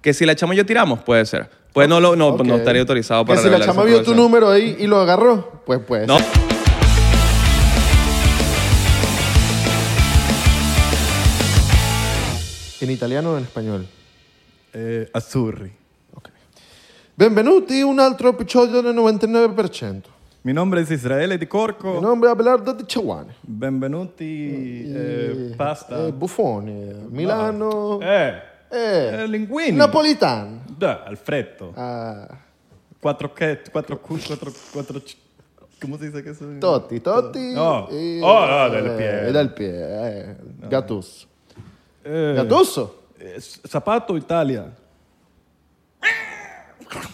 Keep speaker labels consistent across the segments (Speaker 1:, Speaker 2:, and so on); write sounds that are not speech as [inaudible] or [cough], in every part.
Speaker 1: Que si la chama y yo tiramos, puede ser. Pues no, lo- no,
Speaker 2: [laughs] Ok.
Speaker 1: no estaría autorizado para
Speaker 2: Que si la
Speaker 1: revelar
Speaker 2: chama
Speaker 1: esa
Speaker 2: vio tu
Speaker 1: información.
Speaker 2: número ahí y lo agarró, pues pues.
Speaker 1: No.
Speaker 2: ¿En italiano o en español?
Speaker 3: Eh, Azzurri.
Speaker 2: Benvenuti un altro episodio del 99%.
Speaker 3: Mi nombre es Israele Di Corco.
Speaker 2: Mi nombre es Abelardo Di Chawane.
Speaker 3: Benvenuti eh, pasta.
Speaker 2: Eh, Buffoni, eh, Milano.
Speaker 3: eh,
Speaker 2: Eh,
Speaker 3: eh, linguini.
Speaker 2: Napolitano.
Speaker 3: Da, Alfredo.
Speaker 2: Ah,
Speaker 3: Cuatro que, cuatro cu, cuatro, cuatro. ch- ¿Cómo se dice que eso?
Speaker 2: Totti, Totti.
Speaker 3: No.
Speaker 2: y-
Speaker 3: Oh, no, del pie.
Speaker 2: eh, del pie. eh, Gattuso.
Speaker 3: Eh,
Speaker 2: Gattuso.
Speaker 3: eh, zapato Italia.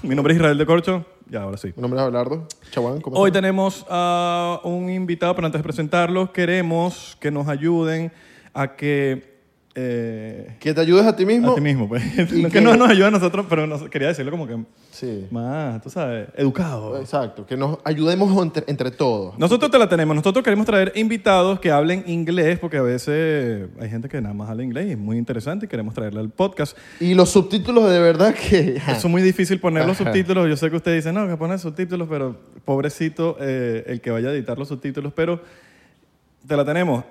Speaker 3: Mi nombre es Israel de Corcho. Ya, ahora sí.
Speaker 2: Mi nombre es Abelardo. Chaguán, ¿cómo
Speaker 3: Hoy
Speaker 2: estás?
Speaker 3: tenemos a un invitado, pero antes de presentarlo, queremos que nos ayuden a que. eh,
Speaker 2: Que te ayudes a ti mismo.
Speaker 3: a ti mismo, pues.
Speaker 2: Y
Speaker 3: que,
Speaker 2: que-
Speaker 3: no nos ayude a nosotros, pero nos- quería decirlo como que
Speaker 2: Sí.
Speaker 3: más, tú sabes, educado.
Speaker 2: Exacto. Que nos ayudemos entre, entre todos.
Speaker 3: Nosotros te la tenemos. Nosotros queremos traer invitados que hablen inglés, porque a veces hay gente que nada más habla inglés y es muy interesante y queremos traerle al podcast.
Speaker 2: Y los subtítulos de verdad que.
Speaker 3: [laughs] Eso es muy difícil poner los
Speaker 2: Ajá.
Speaker 3: subtítulos. Yo sé que usted dice, no, que ponen subtítulos, pero pobrecito eh, el que vaya a editar los subtítulos. Pero te la tenemos.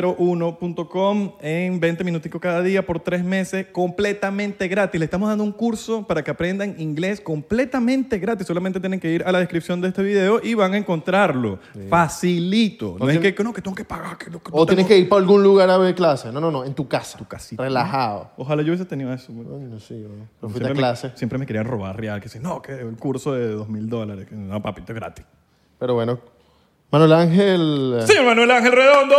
Speaker 3: Aprendeinglés101.com en 20 minuticos cada día por tres meses, completamente gratis. Le estamos dando un curso para que aprendan inglés completamente gratis. Solamente tienen que ir a la descripción de este video y van a encontrarlo. Facilito. No, es
Speaker 2: tiene-
Speaker 3: que, no, que tengo que pagar. Que, no, que
Speaker 2: O
Speaker 3: no
Speaker 2: tienes
Speaker 3: tengo-
Speaker 2: que ir para algún lugar a ver clases. No, no, no. En tu casa.
Speaker 3: Tu casita.
Speaker 2: Relajado.
Speaker 3: Ojalá yo hubiese tenido eso.
Speaker 2: Bueno, sí, bueno. Pero fuiste
Speaker 3: Siempre
Speaker 2: Pues a
Speaker 3: me,
Speaker 2: clase.
Speaker 3: siempre me querían robar real, que si no, que el curso de dos mil dólares. que No, papito, es gratis.
Speaker 2: Pero bueno. Manuel Ángel. eh,
Speaker 3: ¡Señor Manuel Ángel Redondo!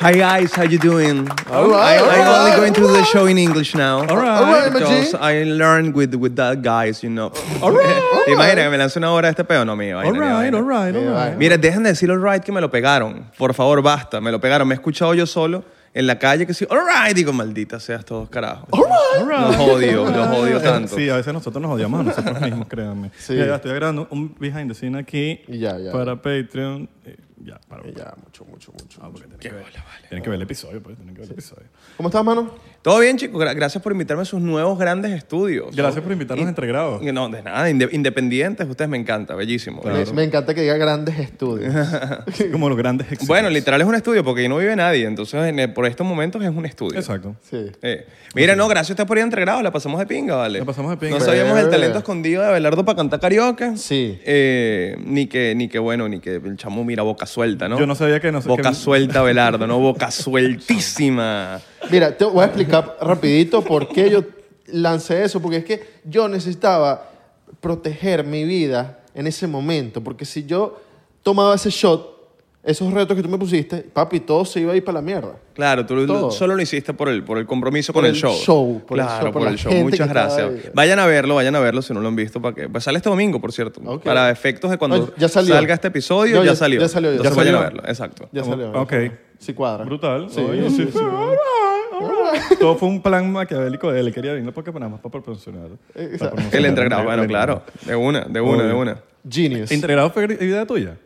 Speaker 1: Hi guys, how you doing?
Speaker 2: All right,
Speaker 3: Ah,
Speaker 1: I,
Speaker 2: all
Speaker 1: I'm
Speaker 2: right,
Speaker 1: only going to
Speaker 2: all
Speaker 1: the show in English now.
Speaker 3: All right.
Speaker 2: All right, my G.
Speaker 1: Because I learned with with the guys, you know.
Speaker 3: All right,
Speaker 1: [laughs] ¿Te imaginas que me lanzó una hora este pedo? No, mi vaina,
Speaker 3: all
Speaker 1: mi
Speaker 3: right,
Speaker 1: vaina.
Speaker 3: all right, all right.
Speaker 1: Mira, dejen de decir all right que me lo pegaron. Por favor, basta. Me lo pegaron. Me he escuchado yo solo en la calle que sí, all right. Digo, maldita seas todos carajos.
Speaker 3: All
Speaker 1: Los
Speaker 3: right.
Speaker 1: odio, los odio tanto.
Speaker 3: Sí, a veces nosotros nos odiamos a nosotros mismos, créanme.
Speaker 2: Sí.
Speaker 3: Ya, ya, estoy grabando un behind the scene aquí
Speaker 2: Y ya, ya.
Speaker 3: para Patreon. Eh, Ya, para.
Speaker 2: Ya, mucho, mucho, mucho.
Speaker 3: Ah, porque tienen, que ver, tienen que ver el episodio, pues. Tienen que ver el episodio.
Speaker 2: ¿Cómo estás, mano?
Speaker 1: Todo bien, chicos. Gra- Gracias por invitarme a sus nuevos grandes estudios.
Speaker 3: Gracias por invitarnos a Entregrado.
Speaker 1: [laughs] No, de nada. Inde- Independientes, ustedes me encanta. Bellísimo. Eh,
Speaker 2: Me, me encanta que diga grandes
Speaker 3: [laughs]
Speaker 2: estudios.
Speaker 3: Así como los grandes éxitos.
Speaker 1: Bueno, literal es un estudio porque ahí no vive nadie. Entonces, en el- por estos momentos es un estudio.
Speaker 3: Exacto.
Speaker 2: Sí.
Speaker 1: Eh, mira, no, gracias a usted por ir a entregrados. La pasamos de pinga, ¿vale?
Speaker 3: La pasamos de pinga.
Speaker 1: No sabíamos el
Speaker 2: Chévere.
Speaker 1: talento escondido de Abelardo para cantar karaoke.
Speaker 2: Sí.
Speaker 1: Eh, ni que, ni que bueno, ni que el chamo mira boca suelta, ¿no?
Speaker 3: Yo no sabía que nos-
Speaker 1: Boca
Speaker 3: que-
Speaker 1: suelta, Abelardo,
Speaker 3: [laughs]
Speaker 1: ¿no? Boca sueltísima.
Speaker 2: Mira, te voy a explicar rapidito por qué yo lancé eso, porque es que yo necesitaba proteger mi vida en ese momento, porque si yo tomaba ese shot, esos retos que tú me pusiste, papi, todo se iba a ir para la mierda.
Speaker 1: Claro, tú lo-
Speaker 2: Todo.
Speaker 1: solo lo hiciste por el, por el compromiso
Speaker 2: Por
Speaker 1: con el,
Speaker 2: el
Speaker 1: show.
Speaker 2: show, por el
Speaker 1: claro,
Speaker 2: show, por
Speaker 1: por
Speaker 2: la
Speaker 1: el show.
Speaker 2: gente
Speaker 1: Muchas
Speaker 2: que estaba
Speaker 1: gracias.
Speaker 2: ahí.
Speaker 1: Vayan a verlo, vayan a verlo si no lo han visto. Para que... Pues sale este domingo, por cierto.
Speaker 2: Ok.
Speaker 1: Para efectos de cuando
Speaker 2: No, ya salió.
Speaker 1: salga este episodio,
Speaker 2: No,
Speaker 1: ya,
Speaker 2: ya-
Speaker 1: salió.
Speaker 2: ya salió, ya
Speaker 1: Entonces
Speaker 3: salió.
Speaker 1: vayan a verlo, exacto.
Speaker 2: Ya salió. ¿eh?
Speaker 3: Ok.
Speaker 2: Sí cuadra.
Speaker 3: Brutal.
Speaker 2: Sí.
Speaker 3: Oye, sí, sí. Todo fue un plan maquiavélico de él. Quería venir porque nada más para proporcionar.
Speaker 2: Exacto.
Speaker 1: El entregrado, bueno, claro. De una, de una, de
Speaker 3: Obvio.
Speaker 1: una.
Speaker 2: Genius.
Speaker 3: ¿Integrado fue idea tuya?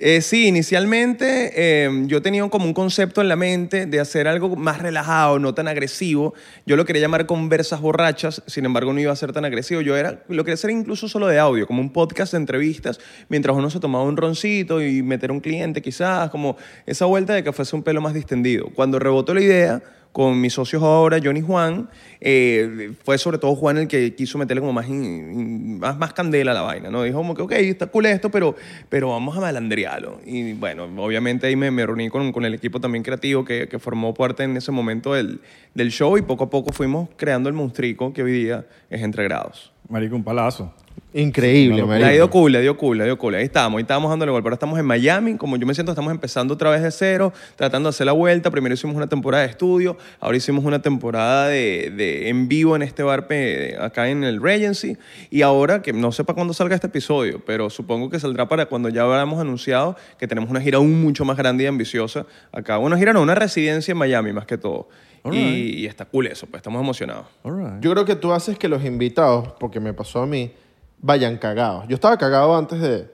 Speaker 1: Eh, sí, inicialmente eh, yo tenía como un concepto en la mente de hacer algo más relajado, no tan agresivo. Yo lo quería llamar conversas borrachas, sin embargo no iba a ser tan agresivo. Yo era, lo quería hacer incluso solo de audio, como un podcast de entrevistas, mientras uno se tomaba un roncito y meter a un cliente quizás, como esa vuelta de que fuese un pelo más distendido. Cuando rebotó la idea con mis socios ahora, John y Juan, eh, fue sobre todo Juan el que quiso meterle como más, in- in- más, más candela a la vaina, ¿no? Dijo como que, ok, está cool esto, pero, pero vamos a malandrearlo. Y bueno, obviamente ahí me, me reuní con, con el equipo también creativo que, que formó parte en ese momento del, del show y poco a poco fuimos creando el monstrico que hoy día es Entre Grados.
Speaker 3: Marico, un palazo.
Speaker 2: Increíble,
Speaker 1: Le ha
Speaker 2: marico.
Speaker 1: ido cool, le dio cool, le dio cool. Ahí estamos, ahí estamos dándole golpe. Ahora estamos en Miami, como yo me siento, estamos empezando otra vez de cero, tratando de hacer la vuelta. Primero hicimos una temporada de estudio, ahora hicimos una temporada de, de en vivo en este bar pe- acá en el Regency. Y ahora, que no sé para cuándo salga este episodio, pero supongo que saldrá para cuando ya habramos anunciado que tenemos una gira aún mucho más grande y ambiciosa acá. Una gira, no, una residencia en Miami más que todo.
Speaker 3: All
Speaker 1: Y,
Speaker 3: right.
Speaker 1: y está cool eso, pues estamos emocionados.
Speaker 3: All right.
Speaker 2: Yo creo que tú haces que los invitados, porque me pasó a mí, vayan cagados. Yo estaba cagado antes de,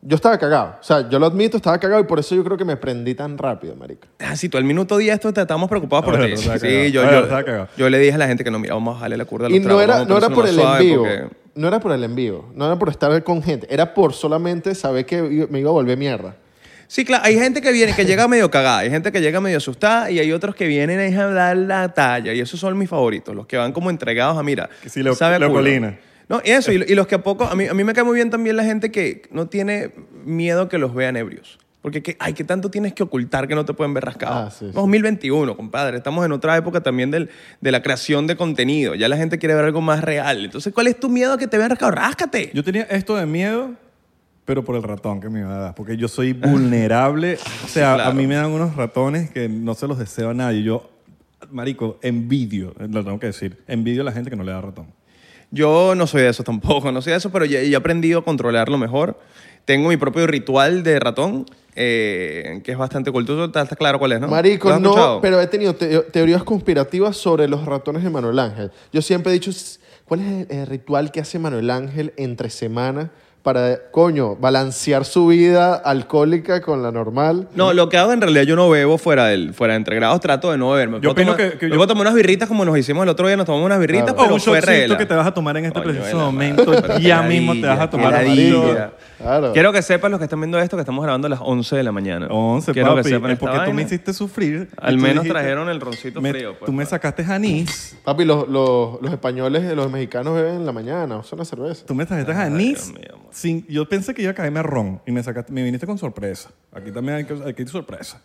Speaker 2: Yo estaba cagado. O sea, yo lo admito, estaba cagado y por eso yo creo que me prendí tan rápido, marica.
Speaker 1: Ah, si tú al minuto 10 esto te- estábamos preocupados por
Speaker 3: Bueno,
Speaker 1: ti.
Speaker 3: está cagado.
Speaker 1: Sí, yo,
Speaker 3: Bueno,
Speaker 1: yo,
Speaker 3: está cagado.
Speaker 1: yo le dije a la gente que no, mira, vamos a bajarle la curva a los
Speaker 2: Y no
Speaker 1: tragos,
Speaker 2: era,
Speaker 1: vamos a
Speaker 2: no era
Speaker 1: ponérselo
Speaker 2: por el
Speaker 1: suave
Speaker 2: envío.
Speaker 1: porque-
Speaker 2: No era por el envío. No era por estar con gente. Era por solamente saber que i- me iba a volver mierda.
Speaker 1: Sí, claro, hay gente que viene, que llega medio cagada, hay gente que llega medio asustada y hay otros que vienen ahí a dar la talla y esos son mis favoritos, los que van como entregados a, mira,
Speaker 3: Que sí, Leo-
Speaker 1: sabe a
Speaker 3: Leo
Speaker 1: culo.
Speaker 3: Colina.
Speaker 1: No, y eso, y, y los que a poco, a mí, a mí me cae muy bien también la gente que no tiene miedo que los vean ebrios. Porque, que, ay, ¿qué tanto tienes que ocultar que no te pueden ver rascado?
Speaker 2: Ah, sí, sí.
Speaker 1: 2021, compadre. Estamos en otra época también del- de la creación de contenido. Ya la gente quiere ver algo más real. Entonces, ¿cuál es tu miedo a que te vean rascado? ¡Ráscate!
Speaker 3: Yo tenía esto de miedo, pero por el ratón que me iba a dar, porque yo soy
Speaker 1: [laughs]
Speaker 3: vulnerable. o sea,
Speaker 1: claro.
Speaker 3: a mí me dan unos ratones que no se los deseo a nadie. Yo, marico, envidio, lo tengo que decir, envidio a la gente que no le da ratón.
Speaker 1: Yo no soy de eso tampoco, no soy de eso, pero ya ya he aprendido a controlarlo mejor. Tengo mi propio ritual de ratón, eh, que es bastante cultural. ¿Estás estás claro cuál es, no? ¿Lo
Speaker 2: Marico,
Speaker 1: has
Speaker 2: no,
Speaker 1: escuchado?
Speaker 2: pero he tenido te- teorías conspirativas sobre los ratones de Manuel Ángel. Yo siempre he dicho, "S- ¿cuál es el, el ritual que hace Manuel Ángel entre semana para, coño, balancear su vida alcohólica con la normal?
Speaker 1: No, lo que hago en realidad yo no bebo fuera del fuera de entregrados, trato de no beber. Me
Speaker 3: Yo
Speaker 1: puedo
Speaker 3: opino
Speaker 1: tomar-
Speaker 3: que- que
Speaker 1: me
Speaker 3: yo-
Speaker 1: puedo tomar unas birritas como nos hicimos el otro día, nos tomamos unas birritas,
Speaker 2: Claro.
Speaker 1: pero
Speaker 3: o Oh, un
Speaker 1: fue
Speaker 3: shotcito
Speaker 1: regla.
Speaker 3: que te vas a tomar en este
Speaker 1: Coño,
Speaker 3: preciso
Speaker 1: vela,
Speaker 3: momento.
Speaker 1: pero qué
Speaker 3: ya mismo te
Speaker 1: ladilla,
Speaker 3: vas a
Speaker 1: qué
Speaker 3: tomar un
Speaker 1: ladilla.
Speaker 3: shot.
Speaker 2: Claro.
Speaker 1: Quiero que sepan los que están viendo esto que estamos grabando a las 11 de la mañana.
Speaker 3: 11,
Speaker 1: Quiero
Speaker 3: papi,
Speaker 1: que sepan
Speaker 3: es
Speaker 1: esta
Speaker 3: porque tú me
Speaker 1: vaina.
Speaker 3: hiciste sufrir. y
Speaker 1: Al
Speaker 3: tú
Speaker 1: menos
Speaker 3: dijiste,
Speaker 1: trajeron el roncito
Speaker 3: me-
Speaker 1: frío. pues,
Speaker 3: Tú me
Speaker 1: pa.
Speaker 3: sacaste anís,
Speaker 2: Papi, los, los, los españoles, los mexicanos beben en la mañana, usan la cerveza.
Speaker 3: tú me trajiste
Speaker 1: Dios
Speaker 3: anís.
Speaker 1: mío, amor.
Speaker 3: sin, yo pensé que iba a caerme a ron y me, sacaste, me viniste con sorpresa. Aquí también hay, que- aquí hay sorpresa.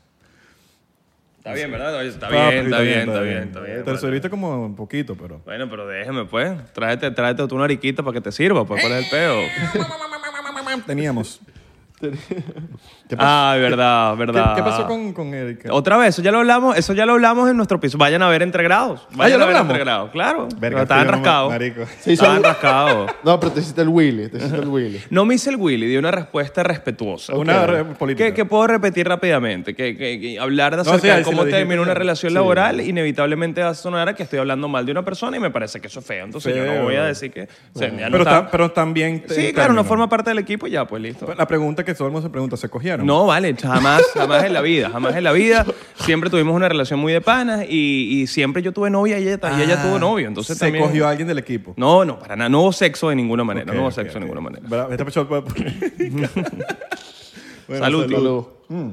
Speaker 1: Está bien, ¿verdad? Está
Speaker 3: Ah,
Speaker 1: bien,
Speaker 3: pero
Speaker 1: está bien, está bien, está
Speaker 3: Te lo
Speaker 1: bien.
Speaker 3: serviste como un poquito,
Speaker 1: [laughs]
Speaker 3: pero.
Speaker 1: Bueno, pero déjeme, pues. Tráete, tráete tú una ariquita para que te sirva, pues. ¿Cuál
Speaker 3: ¡Eh!
Speaker 1: es el peo?
Speaker 3: Teníamos. ¿Qué pasó?
Speaker 1: Ah, verdad,
Speaker 3: ¿Qué,
Speaker 1: verdad.
Speaker 3: qué pasó con, con Erika?
Speaker 1: Otra vez, eso ya lo hablamos, eso ya lo hablamos en nuestro piso. Vayan a ver entre grados. Vayan
Speaker 3: Ah, ya lo
Speaker 1: a ver
Speaker 3: hablamos.
Speaker 1: entre grados, claro.
Speaker 3: Verga,
Speaker 1: Pero estaban
Speaker 3: estoy yo,
Speaker 1: rascados.
Speaker 3: marico.
Speaker 2: Se hizo
Speaker 1: Estaban
Speaker 2: algo-
Speaker 3: [laughs]
Speaker 1: rascados.
Speaker 2: No, pero te hiciste el Willy, te hiciste el Willy.
Speaker 1: No me hice el Willy, di una respuesta respetuosa.
Speaker 3: Una re- política.
Speaker 1: Que, que puedo repetir rápidamente, que, que- que hablar de
Speaker 3: No,
Speaker 1: acerca
Speaker 3: sí, ahí
Speaker 1: de
Speaker 3: sí
Speaker 1: cómo
Speaker 3: lo dijiste,
Speaker 1: termina una
Speaker 3: claro.
Speaker 1: relación
Speaker 3: Sí.
Speaker 1: laboral, inevitablemente va a sonar a que estoy hablando mal de una persona y me parece que eso es feo. Entonces yo no
Speaker 3: Feo.
Speaker 1: voy a decir que... o sea, ya no
Speaker 3: pero,
Speaker 1: está-
Speaker 3: tam- pero también. te-
Speaker 1: sí, claro, no
Speaker 3: término.
Speaker 1: forma parte del equipo y ya, pues listo.
Speaker 3: La pregunta que todo el mundo se pregunta, ¿se cogieron?
Speaker 1: No, vale, jamás, jamás en la vida, jamás en la vida. Siempre tuvimos una relación muy de panas y, y siempre yo tuve novia y ella, y ella tuvo novio. Entonces
Speaker 3: Ah, se
Speaker 1: también...
Speaker 3: cogió a alguien del equipo.
Speaker 1: No, no, para nada. No hubo sexo de ninguna manera.
Speaker 3: Ok,
Speaker 1: no hubo
Speaker 3: ok,
Speaker 1: sexo de
Speaker 3: ok.
Speaker 1: ninguna manera.
Speaker 3: Bra- este pecho-
Speaker 1: [laughs]
Speaker 3: Bueno,
Speaker 1: Salud, tío.
Speaker 2: Salud.
Speaker 1: Mm.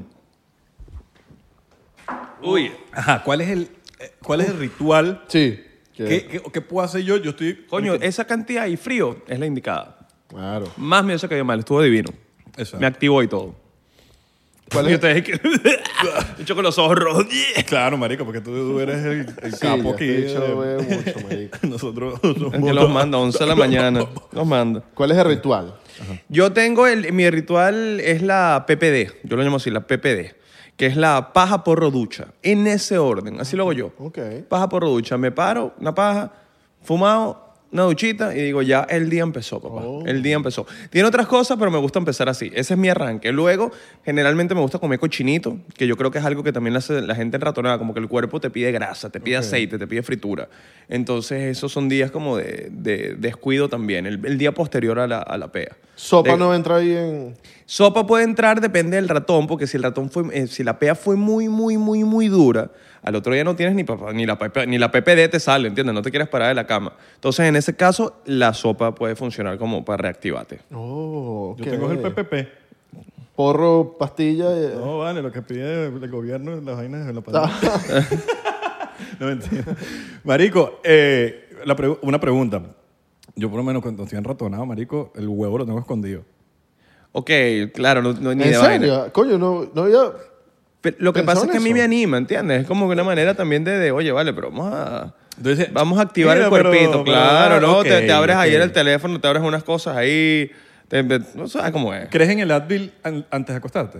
Speaker 1: Uy.
Speaker 3: Ajá, ¿cuál es el, eh, cuál es el ritual?
Speaker 2: Sí. que-
Speaker 3: ¿Qué, qué, qué puedo hacer yo? Yo estoy...
Speaker 1: Coño, esa cantidad y frío es la indicada.
Speaker 2: Claro.
Speaker 1: Más miedo se cayó mal, estuvo divino.
Speaker 3: Exacto.
Speaker 1: Me activó y todo.
Speaker 2: ¿Cuál
Speaker 1: Y
Speaker 2: es?
Speaker 1: ustedes que... [laughs] Hecho con los ojos rojos.
Speaker 3: Claro, marico, porque tú eres el, el
Speaker 2: Sí,
Speaker 3: capo
Speaker 2: yo
Speaker 3: aquí.
Speaker 2: te he dicho,
Speaker 3: de-
Speaker 2: bebo mucho, marico.
Speaker 3: [laughs] Nosotros
Speaker 1: Es que los manda, 11 de la
Speaker 3: [laughs]
Speaker 1: mañana. Los manda.
Speaker 2: ¿Cuál es el ritual?
Speaker 1: Yo tengo el, mi ritual es la PPD, yo lo llamo así, la PPD, que es la paja porro ducha, en ese orden, así lo hago yo.
Speaker 2: Ok.
Speaker 1: Paja porro ducha, me paro, una paja, fumado, una duchita y digo, ya el día empezó, papá. El día empezó. Tiene otras cosas, pero me gusta empezar así. Ese es mi arranque. Luego, generalmente me gusta comer cochinito, que yo creo que es algo que también hace la gente ratonada, como que el cuerpo te pide grasa, te pide aceite, te pide fritura. Entonces, esos son días como de, de descuido también, el, el día posterior a la, a la pea.
Speaker 2: Sopa
Speaker 1: De-
Speaker 2: no entra ahí en...
Speaker 1: Sopa puede entrar, depende del ratón, porque si el ratón fue, eh, si la pea fue muy, muy, muy, muy dura, al otro día no tienes ni papá, ni la PP ni la PPD te sale, ¿entiendes? No te quieres parar de la cama. Entonces, en ese caso, la sopa puede funcionar como para reactivarte.
Speaker 2: Oh,
Speaker 3: Yo tengo el PPP.
Speaker 2: Porro, pastilla... eh,
Speaker 3: No, vale, lo que pide el gobierno es las vainas de la pandemia.
Speaker 2: [laughs]
Speaker 3: [laughs] no mentira. Marico, eh, la pregu- una pregunta. Yo por lo menos cuando estoy enratonado, marico, el huevo lo tengo escondido.
Speaker 1: Ok, claro, no, no- ni
Speaker 2: ¿En
Speaker 1: de
Speaker 2: serio?
Speaker 1: vaina.
Speaker 2: Coño, no, no había...
Speaker 1: Pero lo que
Speaker 2: ¿Pensaron
Speaker 1: pasa es que a mí
Speaker 2: eso?
Speaker 1: me anima, ¿entiendes? Es como que una manera también de, de, oye, vale, pero vamos a...
Speaker 3: Entonces,
Speaker 1: Vamos a activar
Speaker 3: mira,
Speaker 1: el
Speaker 3: pero-
Speaker 1: cuerpito,
Speaker 3: pero-
Speaker 1: claro, ¿no?
Speaker 3: ok,
Speaker 1: te, te abres ahí
Speaker 3: ok.
Speaker 1: en el teléfono, te abres unas cosas ahí, te- no sabes cómo es.
Speaker 3: ¿Crees en el Advil an- antes de acostarte?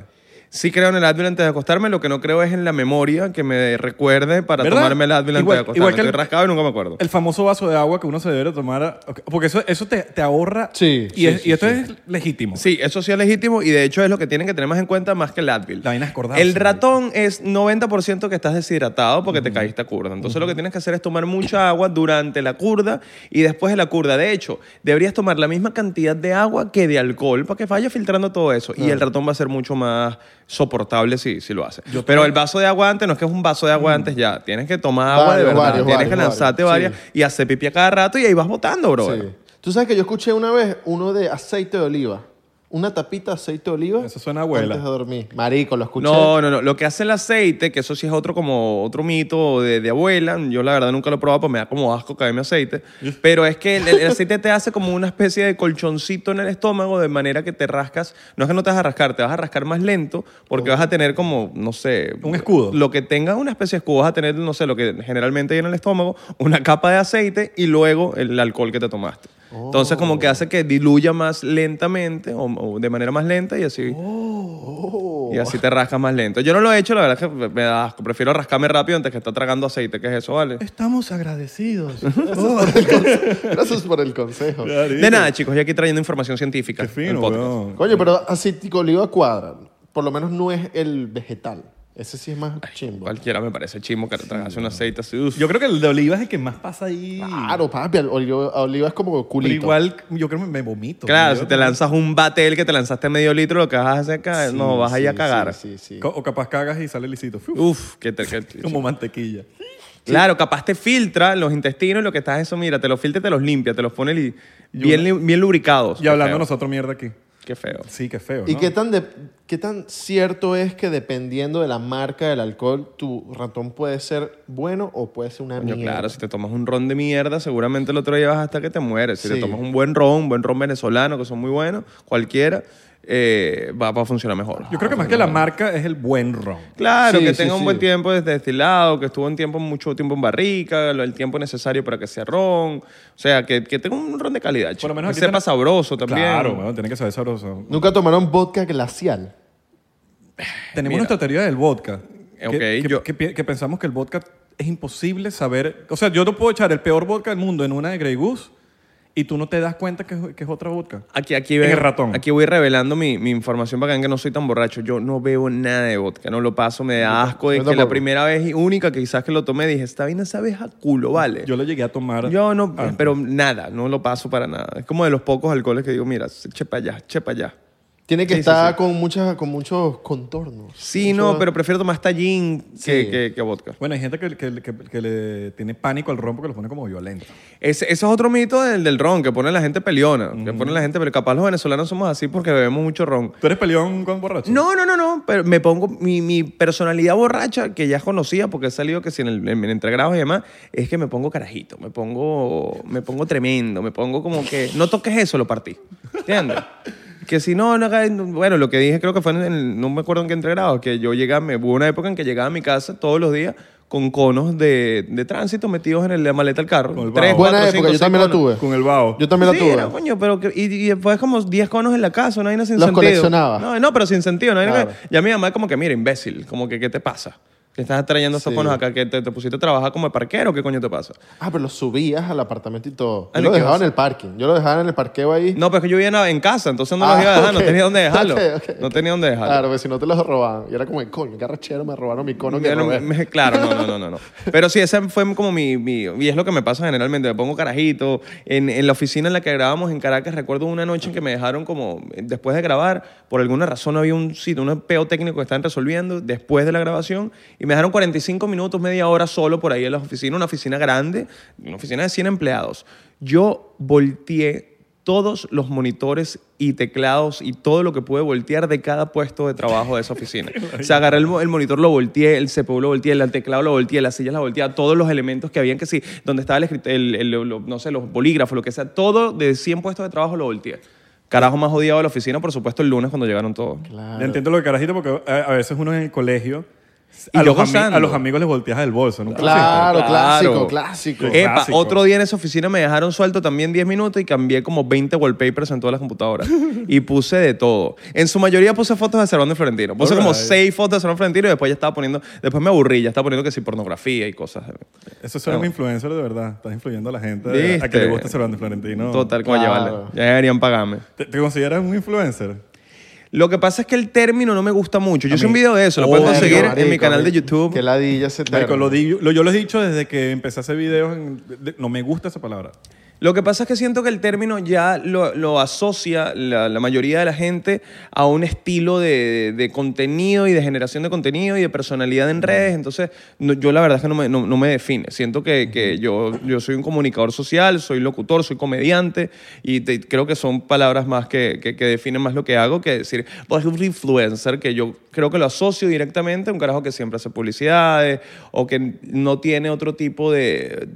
Speaker 1: Sí creo en el Advil antes de acostarme, lo que no creo es en la memoria que me recuerde para
Speaker 3: ¿Verdad?
Speaker 1: tomarme el Advil antes
Speaker 3: Igual-
Speaker 1: de acostarme.
Speaker 3: igual que el-
Speaker 1: Estoy rascado y nunca me acuerdo.
Speaker 3: El famoso vaso de agua que uno se debe tomar, ok, porque eso, eso te, te ahorra.
Speaker 2: Sí,
Speaker 3: Y,
Speaker 2: sí,
Speaker 3: es-
Speaker 2: sí,
Speaker 3: y esto
Speaker 2: sí.
Speaker 3: es legítimo.
Speaker 1: Sí, eso sí es legítimo y de hecho es lo que tienen que tener más en cuenta más que el Advil.
Speaker 3: La vaina es acordarse.
Speaker 1: El ratón es 90% que estás deshidratado porque te caíste a curda. Entonces lo que tienes que hacer es tomar mucha agua durante la curda y después de la curda. De hecho, deberías tomar la misma cantidad de agua que de alcohol para que vaya filtrando todo eso. Y el ratón va a ser mucho más soportable si, si lo hace.
Speaker 3: Yo
Speaker 1: Pero
Speaker 3: tomo-
Speaker 1: el vaso de agua antes no es que es un vaso de agua antes ya. Tienes que tomar agua de
Speaker 2: Varios,
Speaker 1: verdad.
Speaker 2: varios,
Speaker 1: Tienes que
Speaker 2: varios,
Speaker 1: lanzarte
Speaker 2: varios.
Speaker 1: varias y hacer pipi a cada rato y ahí vas botando, bro.
Speaker 2: Sí. Tú sabes que yo escuché una vez uno de aceite de oliva. Una tapita de aceite de oliva.
Speaker 3: Eso suena a abuela.
Speaker 2: Antes de dormir. Marico, lo escuché.
Speaker 1: No, no, no. Lo que hace el aceite, que eso sí es otro como otro mito de, de abuela. Yo la verdad nunca lo he probado, pues me da como asco caerme
Speaker 3: [laughs]
Speaker 1: aceite. Pero es que el, el aceite te hace como una especie de colchoncito en el estómago, de manera que te rascas. No es que no te vas a rascar, te vas a rascar más lento, porque vas a tener como, no sé.
Speaker 3: Un escudo.
Speaker 1: Lo que tenga una especie de escudo, vas a tener, no sé, lo que generalmente hay en el estómago, una capa de aceite y luego el alcohol que te tomaste. Entonces como
Speaker 3: Oh.
Speaker 1: que hace que diluya más lentamente o, o de manera más lenta y
Speaker 3: Oh.
Speaker 1: así y así te rascas más lento. Yo no lo he hecho, la verdad es que me da asco. Prefiero rascarme rápido antes que estar tragando aceite, que es eso, ¿vale?
Speaker 3: Estamos agradecidos.
Speaker 1: [laughs]
Speaker 2: [laughs]
Speaker 3: Oh.
Speaker 2: Gracias por el consejo.
Speaker 1: De nada, chicos, yo aquí trayendo información científica.
Speaker 3: Qué
Speaker 1: al
Speaker 3: fino,
Speaker 1: podcast.
Speaker 3: weón.
Speaker 2: Coño, pero aceite de oliva cuadra. Por lo menos no es el vegetal. Ese sí es más chimbo.
Speaker 1: Cualquiera me parece chimo que te tragase un aceite así. uf.
Speaker 3: Yo creo que el de oliva es el que más pasa ahí.
Speaker 2: Claro, papi. el Oliva, oliva es como
Speaker 3: Pero
Speaker 2: culito.
Speaker 3: igual yo creo que me vomito.
Speaker 1: claro,
Speaker 3: Yo-
Speaker 1: si te lanzas un batel que te lanzaste medio litro, lo que vas a hacer acá,
Speaker 2: Sí,
Speaker 1: no, vas ahí a
Speaker 2: sí,
Speaker 1: cagar.
Speaker 2: Sí, sí, sí.
Speaker 3: Co- O capaz cagas y sale lisito. Fiu.
Speaker 1: Uf, que te... que-
Speaker 3: [laughs] Como mantequilla.
Speaker 1: Claro, capaz te filtra los intestinos y lo que estás eso, mira, te los filtra y te los limpia, te los pone li- bien, li- bien lubricados.
Speaker 3: Y hablando
Speaker 1: Qué feo.
Speaker 3: nosotros mierda aquí.
Speaker 1: Qué feo.
Speaker 3: Sí, qué feo.
Speaker 2: ¿Y
Speaker 3: ¿no?
Speaker 2: qué tan, de- qué tan cierto es que dependiendo de la marca del alcohol, tu ratón puede ser bueno o puede ser una
Speaker 1: Coño,
Speaker 2: mierda?
Speaker 1: claro, si te tomas un ron de mierda, seguramente el otro día vas hasta que te mueres. Si te
Speaker 2: Sí.
Speaker 1: tomas un buen ron, un buen ron venezolano, que son muy buenos, cualquiera, eh, va, va a funcionar mejor. Ah,
Speaker 3: Yo creo que más que la marca es el buen ron.
Speaker 1: Claro,
Speaker 2: Sí,
Speaker 1: que
Speaker 2: sí,
Speaker 1: tenga un
Speaker 2: sí.
Speaker 1: buen tiempo desde destilado, que estuvo un tiempo, mucho tiempo en barrica, lo- el tiempo necesario para que sea ron. O sea, que, que tenga un ron de calidad, chico.
Speaker 3: lo menos
Speaker 1: que
Speaker 3: aquí
Speaker 1: sepa
Speaker 3: tenemos-
Speaker 1: sabroso también.
Speaker 3: Claro, weón, tiene que saber sabroso.
Speaker 2: ¿Nunca tomaron vodka glacial?
Speaker 3: Tenemos nuestra teoría del vodka.
Speaker 1: Eh,
Speaker 3: que,
Speaker 1: ok,
Speaker 3: que-
Speaker 1: yo-
Speaker 3: que pi- que pensamos que el vodka es imposible saber. O sea, yo no puedo echar el peor vodka del mundo en una de Grey Goose y tú no te das cuenta que es, que es otra vodka.
Speaker 1: Aquí, aquí,
Speaker 3: En
Speaker 1: ven-
Speaker 3: el ratón.
Speaker 1: aquí voy revelando mi, mi información para que vean que no soy tan borracho. Yo no bebo nada de vodka, no lo paso, me da asco. De
Speaker 2: yo
Speaker 1: que la
Speaker 2: tampoco.
Speaker 1: primera vez y única que quizás que lo tomé, dije, esta vaina sabe a culo, ¿vale?
Speaker 3: Yo Ah. lo llegué a tomar.
Speaker 1: Yo no,
Speaker 3: antes.
Speaker 1: pero nada, no lo paso para nada. Es como de los pocos alcoholes que digo, mira, chepa allá, chepa allá.
Speaker 2: Tiene que
Speaker 1: Sí, sí,
Speaker 2: estar
Speaker 1: sí.
Speaker 2: Con, muchas, con muchos contornos.
Speaker 1: Sí,
Speaker 2: Mucho-
Speaker 1: no, pero prefiero tomar hasta gin que,
Speaker 2: Sí.
Speaker 1: que- que vodka.
Speaker 3: Bueno, hay gente que, que- que- que le tiene pánico al ron porque lo pone como violento.
Speaker 1: Ese, ese es otro mito del, del ron, que pone la gente peleona, que pone la gente, pero capaz los venezolanos somos así porque bebemos mucho ron.
Speaker 3: ¿Tú eres peleón con borracho?
Speaker 1: No, no, no, no, pero me pongo mi, mi personalidad borracha, que ya conocía porque he salido que si en, el, en- en entregrados y demás, es que me pongo carajito, me pongo, me pongo tremendo, me pongo como que no toques eso, lo partí.
Speaker 3: [laughs]
Speaker 1: ¿Entiendes? que si no, no hagas- bueno, lo que dije creo que fue en el- no me acuerdo en qué entregrados, que yo llegaba, me, hubo una época en que llegaba a mi casa todos los días con conos de, de tránsito metidos en el- la maleta del carro.
Speaker 3: Con el
Speaker 1: Tres,
Speaker 3: vaho.
Speaker 1: cuatro,
Speaker 2: Buena época,
Speaker 1: cinco,
Speaker 2: yo
Speaker 1: seis
Speaker 2: también la
Speaker 1: conos.
Speaker 2: tuve.
Speaker 3: Con el vaho.
Speaker 2: Yo también la
Speaker 1: Sí,
Speaker 2: tuve.
Speaker 1: era, coño, pero que- y, y después como 10 conos en la casa, una vaina sin
Speaker 2: Los
Speaker 1: sentido.
Speaker 2: coleccionaba.
Speaker 1: No, no, pero sin sentido. no hay nada.
Speaker 2: Claro.
Speaker 1: Ya mi mamá como que, mira, imbécil, como que, ¿qué te pasa? Que estás trayendo esos
Speaker 2: Sí.
Speaker 1: conos acá, que te, te pusiste a trabajar como de parquero, ¿qué coño te pasa?
Speaker 2: Ah, pero lo subías al apartamento y todo.
Speaker 1: Ah,
Speaker 2: Yo lo
Speaker 1: ¿qué
Speaker 2: dejaba
Speaker 1: vas?
Speaker 2: en el parking. Yo lo dejaba en el parqueo ahí.
Speaker 1: No, pero es que yo vivía en- en casa, entonces no los
Speaker 2: Ah,
Speaker 1: iba a dejar,
Speaker 2: ok.
Speaker 1: no
Speaker 2: [laughs]
Speaker 1: tenía dónde dejarlo.
Speaker 2: Ok, ok,
Speaker 1: No tenía dónde dejarlo.
Speaker 2: Claro, porque si no te los robaban. Y era como, coño, qué arrechero, me robaron mi cono que
Speaker 1: Yo no-
Speaker 2: robé.
Speaker 1: me- [laughs] claro, no, no, no, no, no. Pero sí, esa fue como mi, mi- Y es lo que me pasa generalmente. Me pongo carajito. En, en la oficina en la que grabamos en Caracas, recuerdo una noche en que me dejaron como. Después de grabar, por alguna razón había un sitio, un peo técnico que estaban resolviendo después de la grabación. Y me dejaron 45 minutos, media hora solo por ahí en la oficina. Una oficina grande, una oficina de 100 empleados. Yo volteé todos los monitores y teclados y todo lo que pude voltear de cada puesto de trabajo de esa oficina. o sea, agarré el, mo- el monitor, lo volteé, el CPU lo volteé, el teclado lo volteé, las sillas la volteé, todos los elementos que habían que sí, donde estaba el, escrit- el- el- lo- no sé, los bolígrafos, lo que sea, todo de 100 puestos de trabajo lo volteé. Carajo más odiado de la oficina, por supuesto, el lunes cuando llegaron todos.
Speaker 2: Claro.
Speaker 3: Ya entiendo lo de carajito porque a, a veces uno en el colegio
Speaker 1: Y
Speaker 3: a,
Speaker 1: yo
Speaker 3: los ami-
Speaker 1: gozando.
Speaker 3: a los amigos les volteas el bolso, ¿no?
Speaker 2: Claro,
Speaker 1: Claro.
Speaker 2: clásico, clásico.
Speaker 3: Eh,
Speaker 1: Epa,
Speaker 3: Clásico.
Speaker 1: otro día en esa oficina me dejaron suelto también 10 minutos y cambié como 20 wallpapers en todas las computadoras. y puse de todo. En su mayoría puse fotos de Servando Florentino. Puse como
Speaker 3: Alright.
Speaker 1: 6 fotos de Servando Florentino y después ya estaba poniendo, después me aburrí, ya estaba poniendo que sí, pornografía y cosas.
Speaker 2: Eh,
Speaker 3: Eso es ser un influencer de verdad. Estás influyendo a la gente a- a que
Speaker 1: ¿Viste?
Speaker 3: le gusta Cervantes Florentino.
Speaker 1: Total, como
Speaker 2: Claro.
Speaker 1: llevarle. Ya deberían pagarme.
Speaker 3: ¿Te, te consideras un influencer?
Speaker 1: Lo que pasa es que el término no me gusta mucho. Yo
Speaker 3: A
Speaker 1: hice un
Speaker 3: mí-
Speaker 1: video de eso, lo pueden
Speaker 2: Verga,
Speaker 1: conseguir en mi
Speaker 2: Oh, marico,
Speaker 1: canal de
Speaker 2: mi-
Speaker 1: YouTube.
Speaker 2: Que ladilla se te.
Speaker 3: Marico, lo di- lo- yo lo he dicho desde que empecé a hacer videos. en- de- no me gusta esa palabra.
Speaker 1: Lo que pasa es que siento que el término ya lo, lo asocia la, la mayoría de la gente a un estilo de, de contenido y de generación de contenido y de personalidad en redes. Entonces, no- yo la verdad es que no me, no- no me define. Siento que, que yo, yo soy un comunicador social, soy locutor, soy comediante y te- creo que son palabras más que, que, que definen más lo que hago que decir, pues un influencer, que yo creo que lo asocio directamente a un carajo que siempre hace publicidades o que no tiene otro tipo de,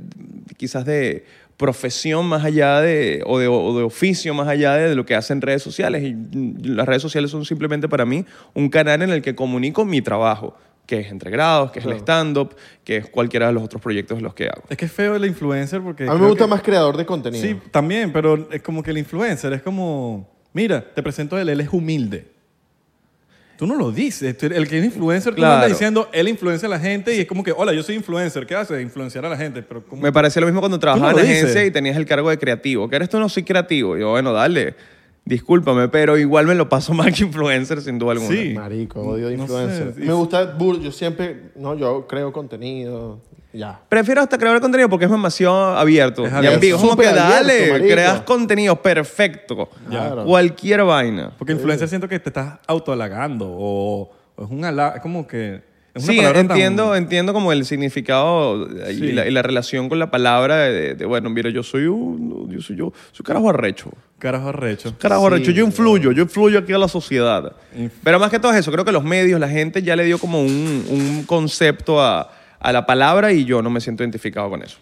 Speaker 1: quizás de profesión más allá de, o de, o de oficio más allá de, lo que hacen redes sociales. Y mm, las redes sociales son simplemente para mí un canal en el que comunico mi trabajo, que es entre grados, que es el
Speaker 2: Claro.
Speaker 1: stand-up, que es cualquiera de los otros proyectos de los que hago.
Speaker 3: Es que es feo el influencer porque.
Speaker 2: A mí me
Speaker 3: creo
Speaker 2: gusta
Speaker 3: que-
Speaker 2: más creador de contenido.
Speaker 3: Sí, también, pero es como que el influencer es como. Mira, te presento a él, él es humilde. Tú no lo dices. tú- El que es influencer, tú no andas
Speaker 1: Claro.
Speaker 3: diciendo, él influencia a la gente y es como que, hola, yo soy influencer. ¿Qué haces? Influenciar a la gente. Pero ¿cómo?
Speaker 1: Me parecía lo mismo cuando trabajaba
Speaker 3: lo
Speaker 1: en
Speaker 3: dices.
Speaker 1: agencia y tenías el cargo de creativo. Que eres tú no soy creativo. Y Yo, bueno, dale, discúlpame, pero igual me lo paso [laughs] más que influencer, sin duda alguna.
Speaker 3: Sí.
Speaker 2: Marico, odio de
Speaker 3: No sé,
Speaker 2: influencer.
Speaker 3: sí.
Speaker 2: me gusta, bur- yo siempre, no, yo creo contenido, ya.
Speaker 1: Prefiero hasta crear contenido porque es demasiado abierto.
Speaker 3: Es
Speaker 1: y
Speaker 3: abierto.
Speaker 1: ambiguo. Es como que
Speaker 2: Súper abierto,
Speaker 1: dale,
Speaker 2: marico.
Speaker 1: creas contenido perfecto.
Speaker 2: Claro.
Speaker 1: Cualquier vaina.
Speaker 3: Porque
Speaker 1: Eh.
Speaker 3: influencer siento que te estás autohalagando o, o es un halago. Es como que. Es una
Speaker 1: Sí,
Speaker 3: palabra tan-
Speaker 1: entiendo, entiendo como el significado eh,
Speaker 3: Sí.
Speaker 1: y, la, y la relación con la palabra de, de- de, bueno, mira, yo soy un, yo soy yo, soy un carajo arrecho.
Speaker 3: Carajo arrecho.
Speaker 1: Carajo
Speaker 2: Sí,
Speaker 1: arrecho, yo influyo, yo influyo aquí a la sociedad.
Speaker 3: Inf-
Speaker 1: Pero más que todo eso, creo que los medios, la gente ya le dio como un, un concepto a, a la palabra y yo no me siento identificado con eso.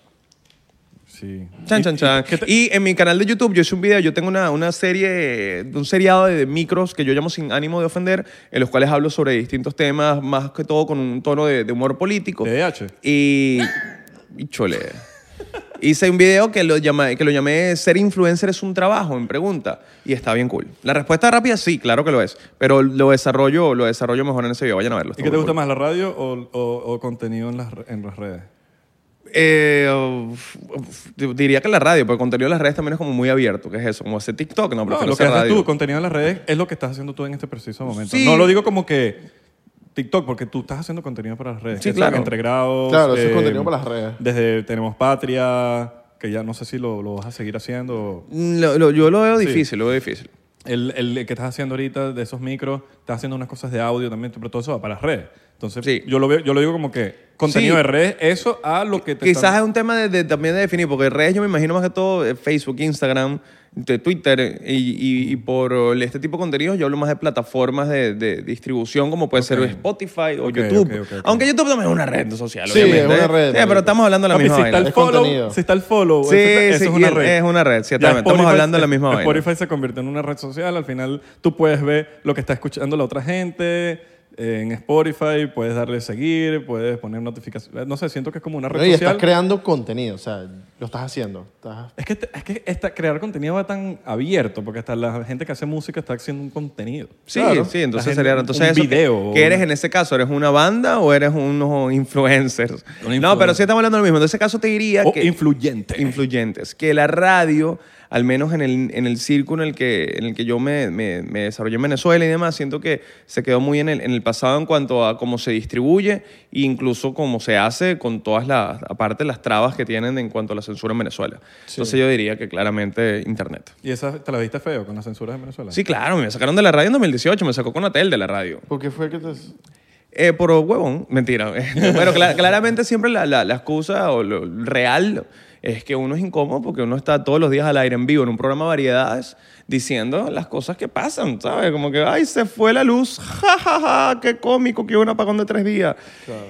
Speaker 3: Sí.
Speaker 1: Chan, chan, chan.
Speaker 3: ¿qué te-
Speaker 1: Y en mi canal de YouTube yo hice un video, yo tengo una, una serie, un seriado de micros que yo llamo sin ánimo de ofender, en los cuales hablo sobre distintos temas, más que todo con un tono de, de humor político.
Speaker 3: TDAH.
Speaker 1: Y... y chole. Hice un video que lo, llamé, que lo llamé Ser influencer es un trabajo, en pregunta. Y está bien cool. La respuesta rápida, sí, claro que lo es. Pero lo desarrollo, lo desarrollo mejor en ese video. Vayan a verlo.
Speaker 3: ¿Y
Speaker 1: está
Speaker 3: qué
Speaker 1: muy
Speaker 3: te gusta
Speaker 1: cool.
Speaker 3: más, la radio o, o- o contenido en las, re- en las redes?
Speaker 1: Eh, uf, uf, diría que la radio, porque el contenido de las redes también es como muy abierto, que es eso, como hacer TikTok, no,
Speaker 3: No,
Speaker 1: prefiero
Speaker 3: lo que
Speaker 1: hacer
Speaker 3: haces
Speaker 1: radio.
Speaker 3: tú, contenido en las redes, es lo que estás haciendo tú en este preciso momento.
Speaker 1: Sí.
Speaker 3: No lo digo como que TikTok, porque tú estás haciendo contenido para las redes.
Speaker 1: Sí,
Speaker 3: que
Speaker 1: claro.
Speaker 3: son Entre grados. eh,
Speaker 2: Claro, eso es contenido para las redes.
Speaker 3: Desde Tenemos Patria, que ya no sé si lo, lo vas a seguir haciendo.
Speaker 1: Mm, Lo- lo- yo lo veo
Speaker 3: Sí.
Speaker 1: difícil, lo veo difícil.
Speaker 3: El, el que estás haciendo ahorita de esos micros, estás haciendo unas cosas de audio también, pero todo eso va para las redes. Entonces,
Speaker 1: Sí.
Speaker 3: yo, lo veo, yo lo digo como que contenido
Speaker 1: Sí.
Speaker 3: de redes, eso a lo que te
Speaker 1: Quizás
Speaker 3: están-
Speaker 1: es un tema de, de- también de definir, porque redes yo me imagino más que todo eh, Facebook, Instagram, de Twitter eh, y, y- y por eh, este tipo de contenidos yo hablo más de plataformas de, de distribución como puede ser Spotify o
Speaker 3: Ok,
Speaker 1: YouTube.
Speaker 3: ok, ok, ok.
Speaker 1: Aunque YouTube también es una red social,
Speaker 2: Sí,
Speaker 1: obviamente.
Speaker 2: es una
Speaker 1: ¿eh?
Speaker 2: red,
Speaker 1: Sí, pero
Speaker 2: marico.
Speaker 1: estamos hablando de la
Speaker 3: Papi,
Speaker 1: misma
Speaker 3: si
Speaker 1: vaina.
Speaker 3: está el
Speaker 2: Es
Speaker 3: follow,
Speaker 2: contenido.
Speaker 3: si está el follow,
Speaker 1: Sí,
Speaker 3: eso, eso
Speaker 1: sí,
Speaker 3: es una
Speaker 1: y
Speaker 3: red.
Speaker 1: es una red, sí,
Speaker 3: Ya
Speaker 1: también. Estamos hablando de la misma
Speaker 3: Spotify
Speaker 1: vaina.
Speaker 3: se convirtió en una red social, al final tú puedes ver lo que está escuchando la otra gente eh, en Spotify, puedes darle seguir, puedes poner notificaciones, eh, no sé, siento que es como una red
Speaker 2: No, y estás
Speaker 3: social.
Speaker 2: creando contenido, o sea, lo estás haciendo. estás-
Speaker 3: es que, te- es que esta- crear contenido va tan abierto, porque hasta la gente que hace música está haciendo un contenido.
Speaker 1: Sí,
Speaker 2: Claro.
Speaker 1: sí, entonces
Speaker 3: La gente-
Speaker 1: sería entonces
Speaker 3: un
Speaker 1: eso,
Speaker 3: video.
Speaker 1: ¿Qué eres en ese caso? ¿Eres una banda o eres unos influencers?
Speaker 3: Un
Speaker 1: No, pero
Speaker 3: influencer.
Speaker 1: sí estamos hablando de lo mismo. En ese caso te diría
Speaker 3: O
Speaker 1: que
Speaker 3: influyente.
Speaker 1: influyentes, que la radio, al menos en el, en el círculo en el que, en el que yo me, me- me desarrollé en Venezuela y demás, siento que se quedó muy en el, en el pasado en cuanto a cómo se distribuye e incluso cómo se hace con todas las, aparte las trabas que tienen en cuanto a la censura en Venezuela. Entonces yo diría que claramente Internet.
Speaker 3: y esa te la viste feo con las censuras en Venezuela.
Speaker 1: Sí, claro, me sacaron de la radio en 2018, me sacó Conatel de la radio.
Speaker 2: ¿Por qué fue que te.?
Speaker 1: Eh, por [laughs] huevón, mentira. Bueno, cla- claramente siempre la, la- la excusa o lo real es que uno es incómodo porque uno está todos los días al aire en vivo en un programa de variedades diciendo las cosas que pasan, ¿sabes? Como que, ay, se fue la luz, [laughs] ja, ja, ja, qué cómico, que hubo un apagón de tres días.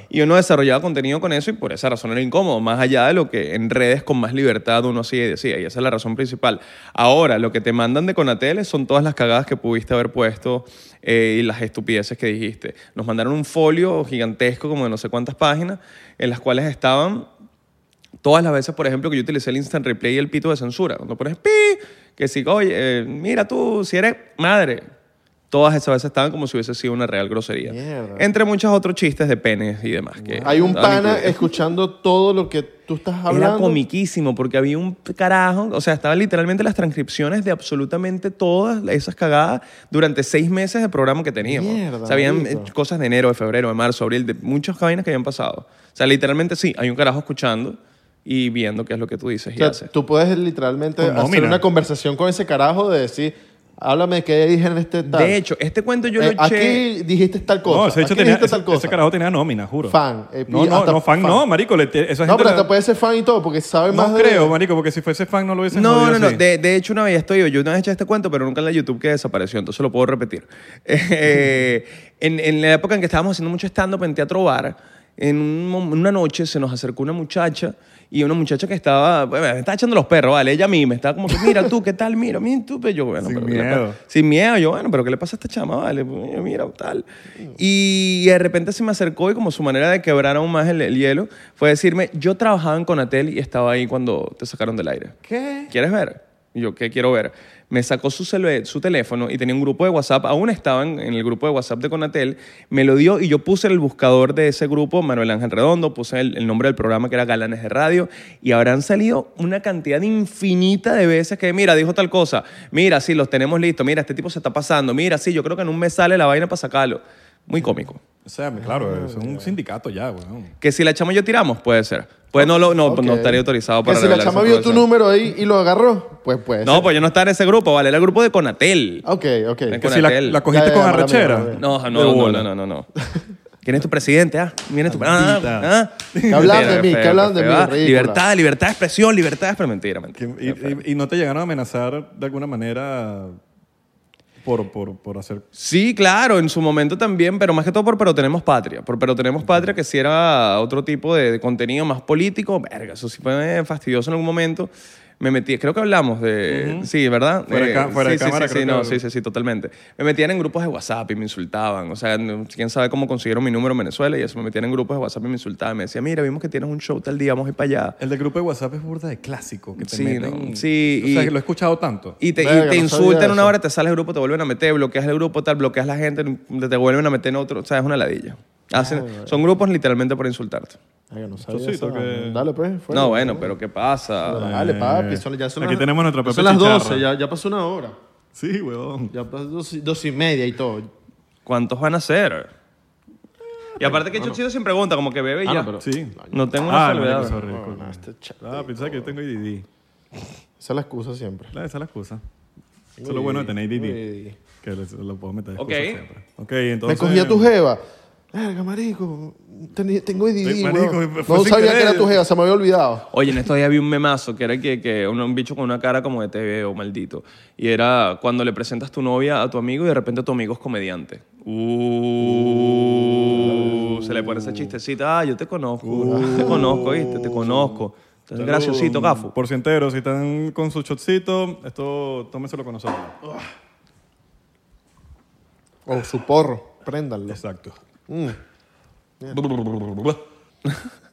Speaker 1: Y uno desarrollaba contenido con eso y por esa razón era incómodo, más allá de lo que en redes con más libertad uno hacía y decía, y esa es la razón principal. Ahora, lo que te mandan de Conatele son todas las cagadas que pudiste haber puesto eh, y las estupideces que dijiste. Nos mandaron un folio gigantesco, como de no sé cuántas páginas, en las cuales estaban todas las veces, por ejemplo, que yo utilicé el instant replay y el pito de censura. Cuando pones pi, que si, oye, eh, mira tú, si eres madre. Todas esas veces estaban como si hubiese sido una real grosería.
Speaker 2: Mierda.
Speaker 1: Entre muchos otros chistes de penes y demás. Eh, Que
Speaker 2: Hay un
Speaker 1: estaban [laughs]
Speaker 2: pana
Speaker 1: incluidos.
Speaker 2: escuchando todo lo que tú estás hablando.
Speaker 1: Era comiquísimo porque había un carajo, o sea, estaban literalmente las transcripciones de absolutamente todas esas cagadas durante seis meses de programa que teníamos.
Speaker 2: Mierda,
Speaker 1: o sea, habían
Speaker 2: marico.
Speaker 1: eh, cosas de enero, de febrero, de marzo, abril, de muchas cabinas que habían pasado. O sea, literalmente sí, hay un carajo escuchando y viendo qué es lo que tú dices
Speaker 2: O
Speaker 1: y
Speaker 2: sea,
Speaker 1: haces.
Speaker 2: tú puedes literalmente
Speaker 3: Con
Speaker 2: hacer
Speaker 3: nómina.
Speaker 2: una conversación con ese carajo de decir, háblame de qué dije en este tal.
Speaker 1: De hecho, este cuento yo
Speaker 2: Eh,
Speaker 1: lo eché...
Speaker 2: aquí dijiste tal cosa.
Speaker 3: No, ese, hecho
Speaker 2: aquí
Speaker 3: tenía,
Speaker 2: dijiste
Speaker 3: ese,
Speaker 2: tal cosa.
Speaker 3: ese carajo tenía nómina, juro.
Speaker 2: Fan, eh,
Speaker 3: no,
Speaker 2: y
Speaker 3: no,
Speaker 2: hasta
Speaker 3: no, fan,
Speaker 2: fan.
Speaker 3: no, marico. le- te- esa
Speaker 2: no,
Speaker 3: gente
Speaker 2: pero
Speaker 3: la-
Speaker 2: hasta puede ser fan y todo porque sabe más.
Speaker 3: No
Speaker 2: de-
Speaker 3: creo, marico, porque si fuese fan no lo hubiese
Speaker 1: No,
Speaker 3: jodido
Speaker 1: no, no.
Speaker 3: así.
Speaker 1: De, de hecho, una vez estoy yo. Yo una vez eché este cuento, pero nunca en la YouTube que desapareció, entonces lo puedo repetir. [laughs] Eh, en, en la época en que estábamos haciendo mucho stand-up en Teatro Bar, en un mom- una noche se nos acercó una muchacha y una muchacha que estaba, bueno, me estaba echando los perros, ¿vale? Ella a mí me estaba como que, mira tú, ¿qué tal? Mira, mira tú. Pero yo, bueno,
Speaker 3: Sin
Speaker 1: pero ¿qué le
Speaker 3: miedo.
Speaker 1: pasa? Sin miedo. Yo, bueno, pero ¿qué le pasa a esta chama? Vale, Mira, mira, tal. Y de repente se me acercó y como su manera de quebrar aún más el, el hielo fue decirme, yo trabajaba en Conatel y estaba ahí cuando te sacaron del aire.
Speaker 3: ¿Qué?
Speaker 1: ¿quieres ver? Y yo, ¿qué quiero ver? Me sacó su, celu- su teléfono y tenía un grupo de WhatsApp, aún estaban en el grupo de WhatsApp de Conatel, me lo dio y yo puse en el buscador de ese grupo, Manuel Ángel Redondo, puse el, el nombre del programa que era Galanes de Radio y habrán salido una cantidad infinita de veces que, mira, dijo tal cosa, mira, sí, los tenemos listos, mira, este tipo se está pasando, mira, sí, yo creo que en un mes sale la vaina para sacarlo. Muy cómico.
Speaker 3: O sea, claro, es un sindicato ya, weón.
Speaker 1: Que si la chama y yo tiramos, puede ser. Pues no, lo- no,
Speaker 2: Ok.
Speaker 1: no estaría autorizado para
Speaker 2: Que si la
Speaker 1: revelar esa
Speaker 2: chama vio tu
Speaker 1: información.
Speaker 2: número ahí y lo agarró, pues pues.
Speaker 1: No, pues yo no estaba en ese grupo, vale, era el grupo de Conatel.
Speaker 2: Ok, ok.
Speaker 1: Es
Speaker 3: Que si la,
Speaker 1: Conatel.
Speaker 3: la cogiste
Speaker 2: Ya, ya,
Speaker 3: con
Speaker 2: mala mía,
Speaker 3: arrechera.
Speaker 2: mala mía.
Speaker 1: No, no,
Speaker 3: De
Speaker 1: no, no,
Speaker 3: bola.
Speaker 1: no, no, [laughs] no. ¿Quién es tu presidente? Ah, ¿Quién es tu ah,
Speaker 3: Maldita.
Speaker 1: ah.
Speaker 2: Que hablan de
Speaker 1: Mentira,
Speaker 2: mí,
Speaker 1: qué feo,
Speaker 2: que hablan
Speaker 1: qué
Speaker 2: de
Speaker 1: feo,
Speaker 2: mí,
Speaker 1: ah.
Speaker 2: ridícula.
Speaker 1: Libertad, libertad de expresión, libertad es pero mentira,
Speaker 3: Que-
Speaker 1: mentira.
Speaker 3: y, y- y no te llegaron a amenazar de alguna manera por, por, por hacer...
Speaker 1: Sí, claro, en su momento también, pero más que todo por Pero Tenemos Patria. Por Pero Tenemos Patria, que si era otro tipo de, de contenido más político, verga, eso sí fue fastidioso en algún momento. Me metí, creo que hablamos de. Sí, ¿verdad? Eh,
Speaker 3: Fuera de ca- fuera de
Speaker 1: sí, sí,
Speaker 3: cámara,
Speaker 1: sí,
Speaker 3: creo
Speaker 1: sí,
Speaker 3: que
Speaker 1: no,
Speaker 3: algo.
Speaker 1: sí, sí, sí, totalmente. Me metían en grupos de WhatsApp y me insultaban. O sea, no- quién sabe cómo consiguieron mi número en Venezuela y eso. Me metían en grupos de WhatsApp y me insultaban. Me decían, mira, vimos que tienes un show tal día, vamos a ir para allá.
Speaker 3: El del grupo de WhatsApp es burda de clásico. Que te
Speaker 1: Sí,
Speaker 3: meten-
Speaker 1: no, sí,
Speaker 3: O sea,
Speaker 1: y-
Speaker 3: que lo he escuchado tanto.
Speaker 1: Y te, y
Speaker 2: Verga,
Speaker 1: te
Speaker 2: no sabía
Speaker 1: insultan una
Speaker 2: eso.
Speaker 1: hora, te sales del grupo, te vuelven a meter, bloqueas el grupo, tal, bloqueas la gente, te, te vuelven a meter en otro. O sea, es una ladilla.
Speaker 2: Ah,
Speaker 1: Hacen- son grupos literalmente por insultarte.
Speaker 2: Ay, yo no sabía
Speaker 3: sí,
Speaker 2: esa,
Speaker 3: toque-
Speaker 2: man. Dale, pues. fuera.
Speaker 1: no, bueno, pero ¿qué pasa?
Speaker 2: Dale, papi.
Speaker 3: Eh,
Speaker 2: Son, ya son
Speaker 3: aquí
Speaker 2: las-
Speaker 3: tenemos nuestra
Speaker 2: ya
Speaker 3: Pepe
Speaker 2: Son las
Speaker 3: Chicharra.
Speaker 2: 12, ya, ya pasó una hora.
Speaker 3: Sí, weón.
Speaker 2: Ya pasó dos, y- dos y media y todo.
Speaker 1: ¿Cuántos van a ser? Y aparte que Chuchito siempre pregunta, como que bebe y
Speaker 2: Ah,
Speaker 1: ya.
Speaker 2: no, pero-
Speaker 3: Sí.
Speaker 1: No tengo una
Speaker 3: Ah,
Speaker 1: salvedad.
Speaker 3: marico, sorry.
Speaker 2: Bueno, este cha-
Speaker 3: Ah, pensaba que yo tengo IDD.
Speaker 2: Esa es la excusa siempre.
Speaker 3: Claro, esa es la excusa. Eso es lo bueno de tener IDD.
Speaker 2: Uy.
Speaker 3: Que les- lo puedo meter de
Speaker 1: Ok.
Speaker 3: excusa siempre. Ok, entonces...
Speaker 2: Me cogí a tu jeva. Verga, marico. teni- Tengo IDD,
Speaker 3: Sí, marico,
Speaker 2: weón.
Speaker 3: fue
Speaker 2: No
Speaker 3: sin
Speaker 2: sabía que
Speaker 3: querer.
Speaker 2: era tu jeva, se me había olvidado.
Speaker 1: Oye, en estos días vi un memazo que era que, que un, un bicho con una cara como de te veo, maldito. Y era cuando le presentas tu novia a tu amigo y de repente tu amigo es comediante. Uh, se le pone esa chistecita, ah, yo te conozco, te conozco, ¿viste? Te conozco. Entonces, graciosito, gafo.
Speaker 3: Por si entero, si están con su shotcito, esto tómenselo con nosotros.
Speaker 1: Oh.
Speaker 2: O su porro. Préndanlo.
Speaker 3: Exacto.
Speaker 2: Mm.
Speaker 3: [laughs]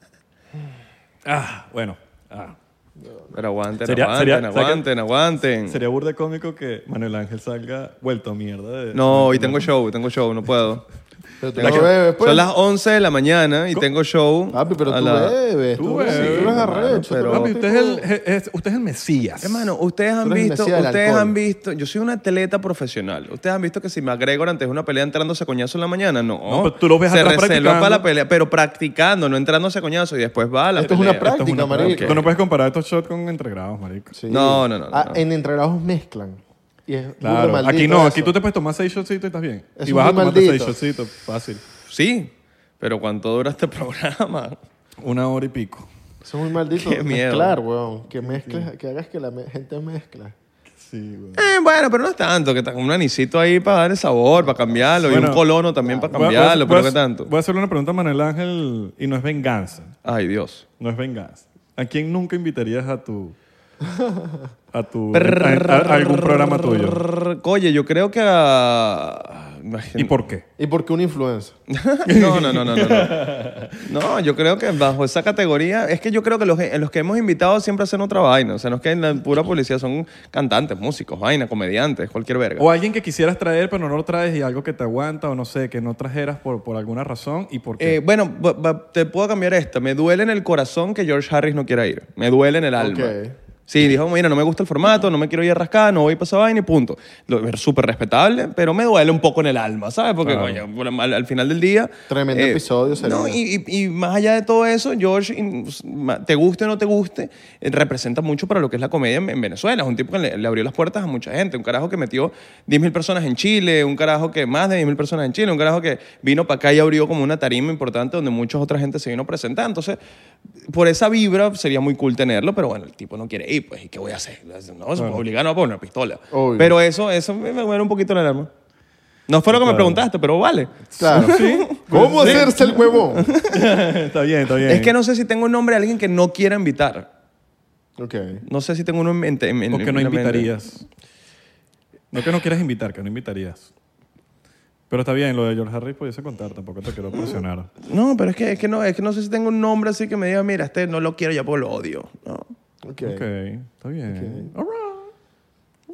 Speaker 3: Ah, bueno. Ah.
Speaker 1: Pero aguanten,
Speaker 3: Sería-
Speaker 1: aguanten,
Speaker 3: sería-
Speaker 1: aguanten, aguanten.
Speaker 3: Sería burda cómico que Manuel Ángel salga vuelto a mierda. de-
Speaker 1: No, hoy tengo show, tengo show, no puedo.
Speaker 2: Pero tú
Speaker 1: Tengo-
Speaker 2: no bebes, pues.
Speaker 1: Son las 11 de la mañana y tengo show.
Speaker 2: Papi, pero
Speaker 1: a
Speaker 2: tú
Speaker 1: la-
Speaker 2: bebes. Tú,
Speaker 3: Tú
Speaker 2: bebes.
Speaker 3: bebes,
Speaker 2: Tú eres
Speaker 1: hermano,
Speaker 2: arrecho.
Speaker 1: pero-
Speaker 2: tú
Speaker 3: Papi,
Speaker 2: eres
Speaker 3: usted es el,
Speaker 2: tipo-
Speaker 3: es- es- usted es el Mesías.
Speaker 1: Hermano, ustedes han
Speaker 2: Tú eres
Speaker 1: visto,
Speaker 2: Mesías del
Speaker 1: ustedes
Speaker 2: alcohol.
Speaker 1: han visto, yo soy un atleta profesional. Ustedes han visto que si McGregor antes de una pelea entrándose a coñazo en la mañana, no.
Speaker 3: No, pero tú lo ves
Speaker 1: Se
Speaker 3: atrás
Speaker 1: reserva
Speaker 3: practicando.
Speaker 1: para la pelea, pero practicando, no entrándose a coñazo y después va a la
Speaker 2: Esto es
Speaker 1: pelea.
Speaker 2: una práctica, marico.
Speaker 3: Tú no puedes comparar estos shots con entregrados, marico.
Speaker 2: Sí.
Speaker 1: No, no, no, no,
Speaker 2: Ah,
Speaker 1: no.
Speaker 2: En entregados mezclan. Y es burda
Speaker 3: Claro,
Speaker 2: maldito
Speaker 3: aquí no,
Speaker 2: eso.
Speaker 3: aquí tú te puedes tomar seis shotcitos y estás bien.
Speaker 2: Eso
Speaker 3: y
Speaker 2: es
Speaker 3: vas a
Speaker 2: muy
Speaker 3: tomarte seis
Speaker 2: maldito.
Speaker 3: shotcitos, fácil.
Speaker 1: Sí, pero ¿cuánto dura este [laughs] programa?
Speaker 3: Una hora y pico.
Speaker 2: Eso es muy maldito.
Speaker 1: Qué miedo.
Speaker 2: Mezclar, weón. Que mezcles, que hagas que la me- gente mezcla.
Speaker 3: Sí, güey.
Speaker 1: Eh, bueno, pero no es tanto, que tan- un anisito ahí para darle sabor, para cambiarlo, y
Speaker 3: Bueno, pues,
Speaker 1: un colono también para
Speaker 3: Voy a- voy a-
Speaker 1: cambiarlo,
Speaker 3: voy a-
Speaker 1: pero qué tanto.
Speaker 3: Voy a hacerle una pregunta a Manuel Ángel y no es venganza.
Speaker 1: Ay, Dios.
Speaker 3: No es venganza. ¿A quién nunca invitarías a tu.
Speaker 1: [laughs]
Speaker 3: a tu. a,
Speaker 1: Prrrr.
Speaker 3: a- a algún programa tuyo?
Speaker 1: Oye, yo creo que a...
Speaker 3: ¿Y por qué?
Speaker 2: ¿Y por qué una influenza?
Speaker 1: No, no, no, no, no. No, No, yo creo que bajo esa categoría, es que yo creo que los, eh, los que hemos invitado siempre hacen otra vaina. O sea, no es que en la pura publicidad son cantantes, músicos, vaina, comediantes, cualquier verga.
Speaker 3: O alguien que quisieras traer, pero no lo traes y algo que te aguanta o no sé, que no trajeras por, por alguna razón y por qué.
Speaker 1: Eh, bueno, bu- bu- te puedo cambiar esta. Me duele en el corazón que George Harris no quiera ir. Me duele en el alma.
Speaker 2: Ok.
Speaker 1: Sí, dijo, mira, no me gusta el formato, no me quiero ir a rascar, no voy para esa vaina y punto. Lo- Es súper respetable, pero me duele un poco en el alma, ¿sabes? Porque coño, bueno, al, al final del día...
Speaker 2: Tremendo episodio sería.
Speaker 1: Eh, No, y, y- y más allá de todo eso, George, in- ma- te guste o no te guste, eh, representa mucho para lo que es la comedia en, en Venezuela. Es un tipo que le, le abrió las puertas a mucha gente. Un carajo que metió 10.000 personas en Chile, un carajo que más de 10.000 personas en Chile, un carajo que vino para acá y abrió como una tarima importante donde mucha otra gente se vino a presentar. Entonces, por esa vibra sería muy cool tenerlo, pero bueno, el tipo no quiere ir, pues, ¿y qué voy a hacer? No, se puede obligar, no va a poner una pistola.
Speaker 2: Obvio.
Speaker 1: Pero eso, eso me me muere un poquito la alarma. No fue lo que me preguntaste, pero vale.
Speaker 2: Claro. ¿Cómo
Speaker 3: Sí.
Speaker 2: hacerse el huevón?
Speaker 3: [laughs] está bien, está bien.
Speaker 1: Es que no sé si tengo un nombre de alguien que no quiera invitar.
Speaker 2: ok.
Speaker 1: No sé si tengo uno en mente. en- en-
Speaker 3: O que no
Speaker 1: en la mente.
Speaker 3: invitarías. No que no quieras invitar, que no invitarías. Pero está bien, lo de George Harris pudiese contar, tampoco te quiero presionar.
Speaker 1: No, pero es que, es, que no, es que no sé si tengo un nombre así que me diga, mira, este no lo quiero, ya pues lo odio. No.
Speaker 2: Ok.
Speaker 3: Ok, está bien. All right.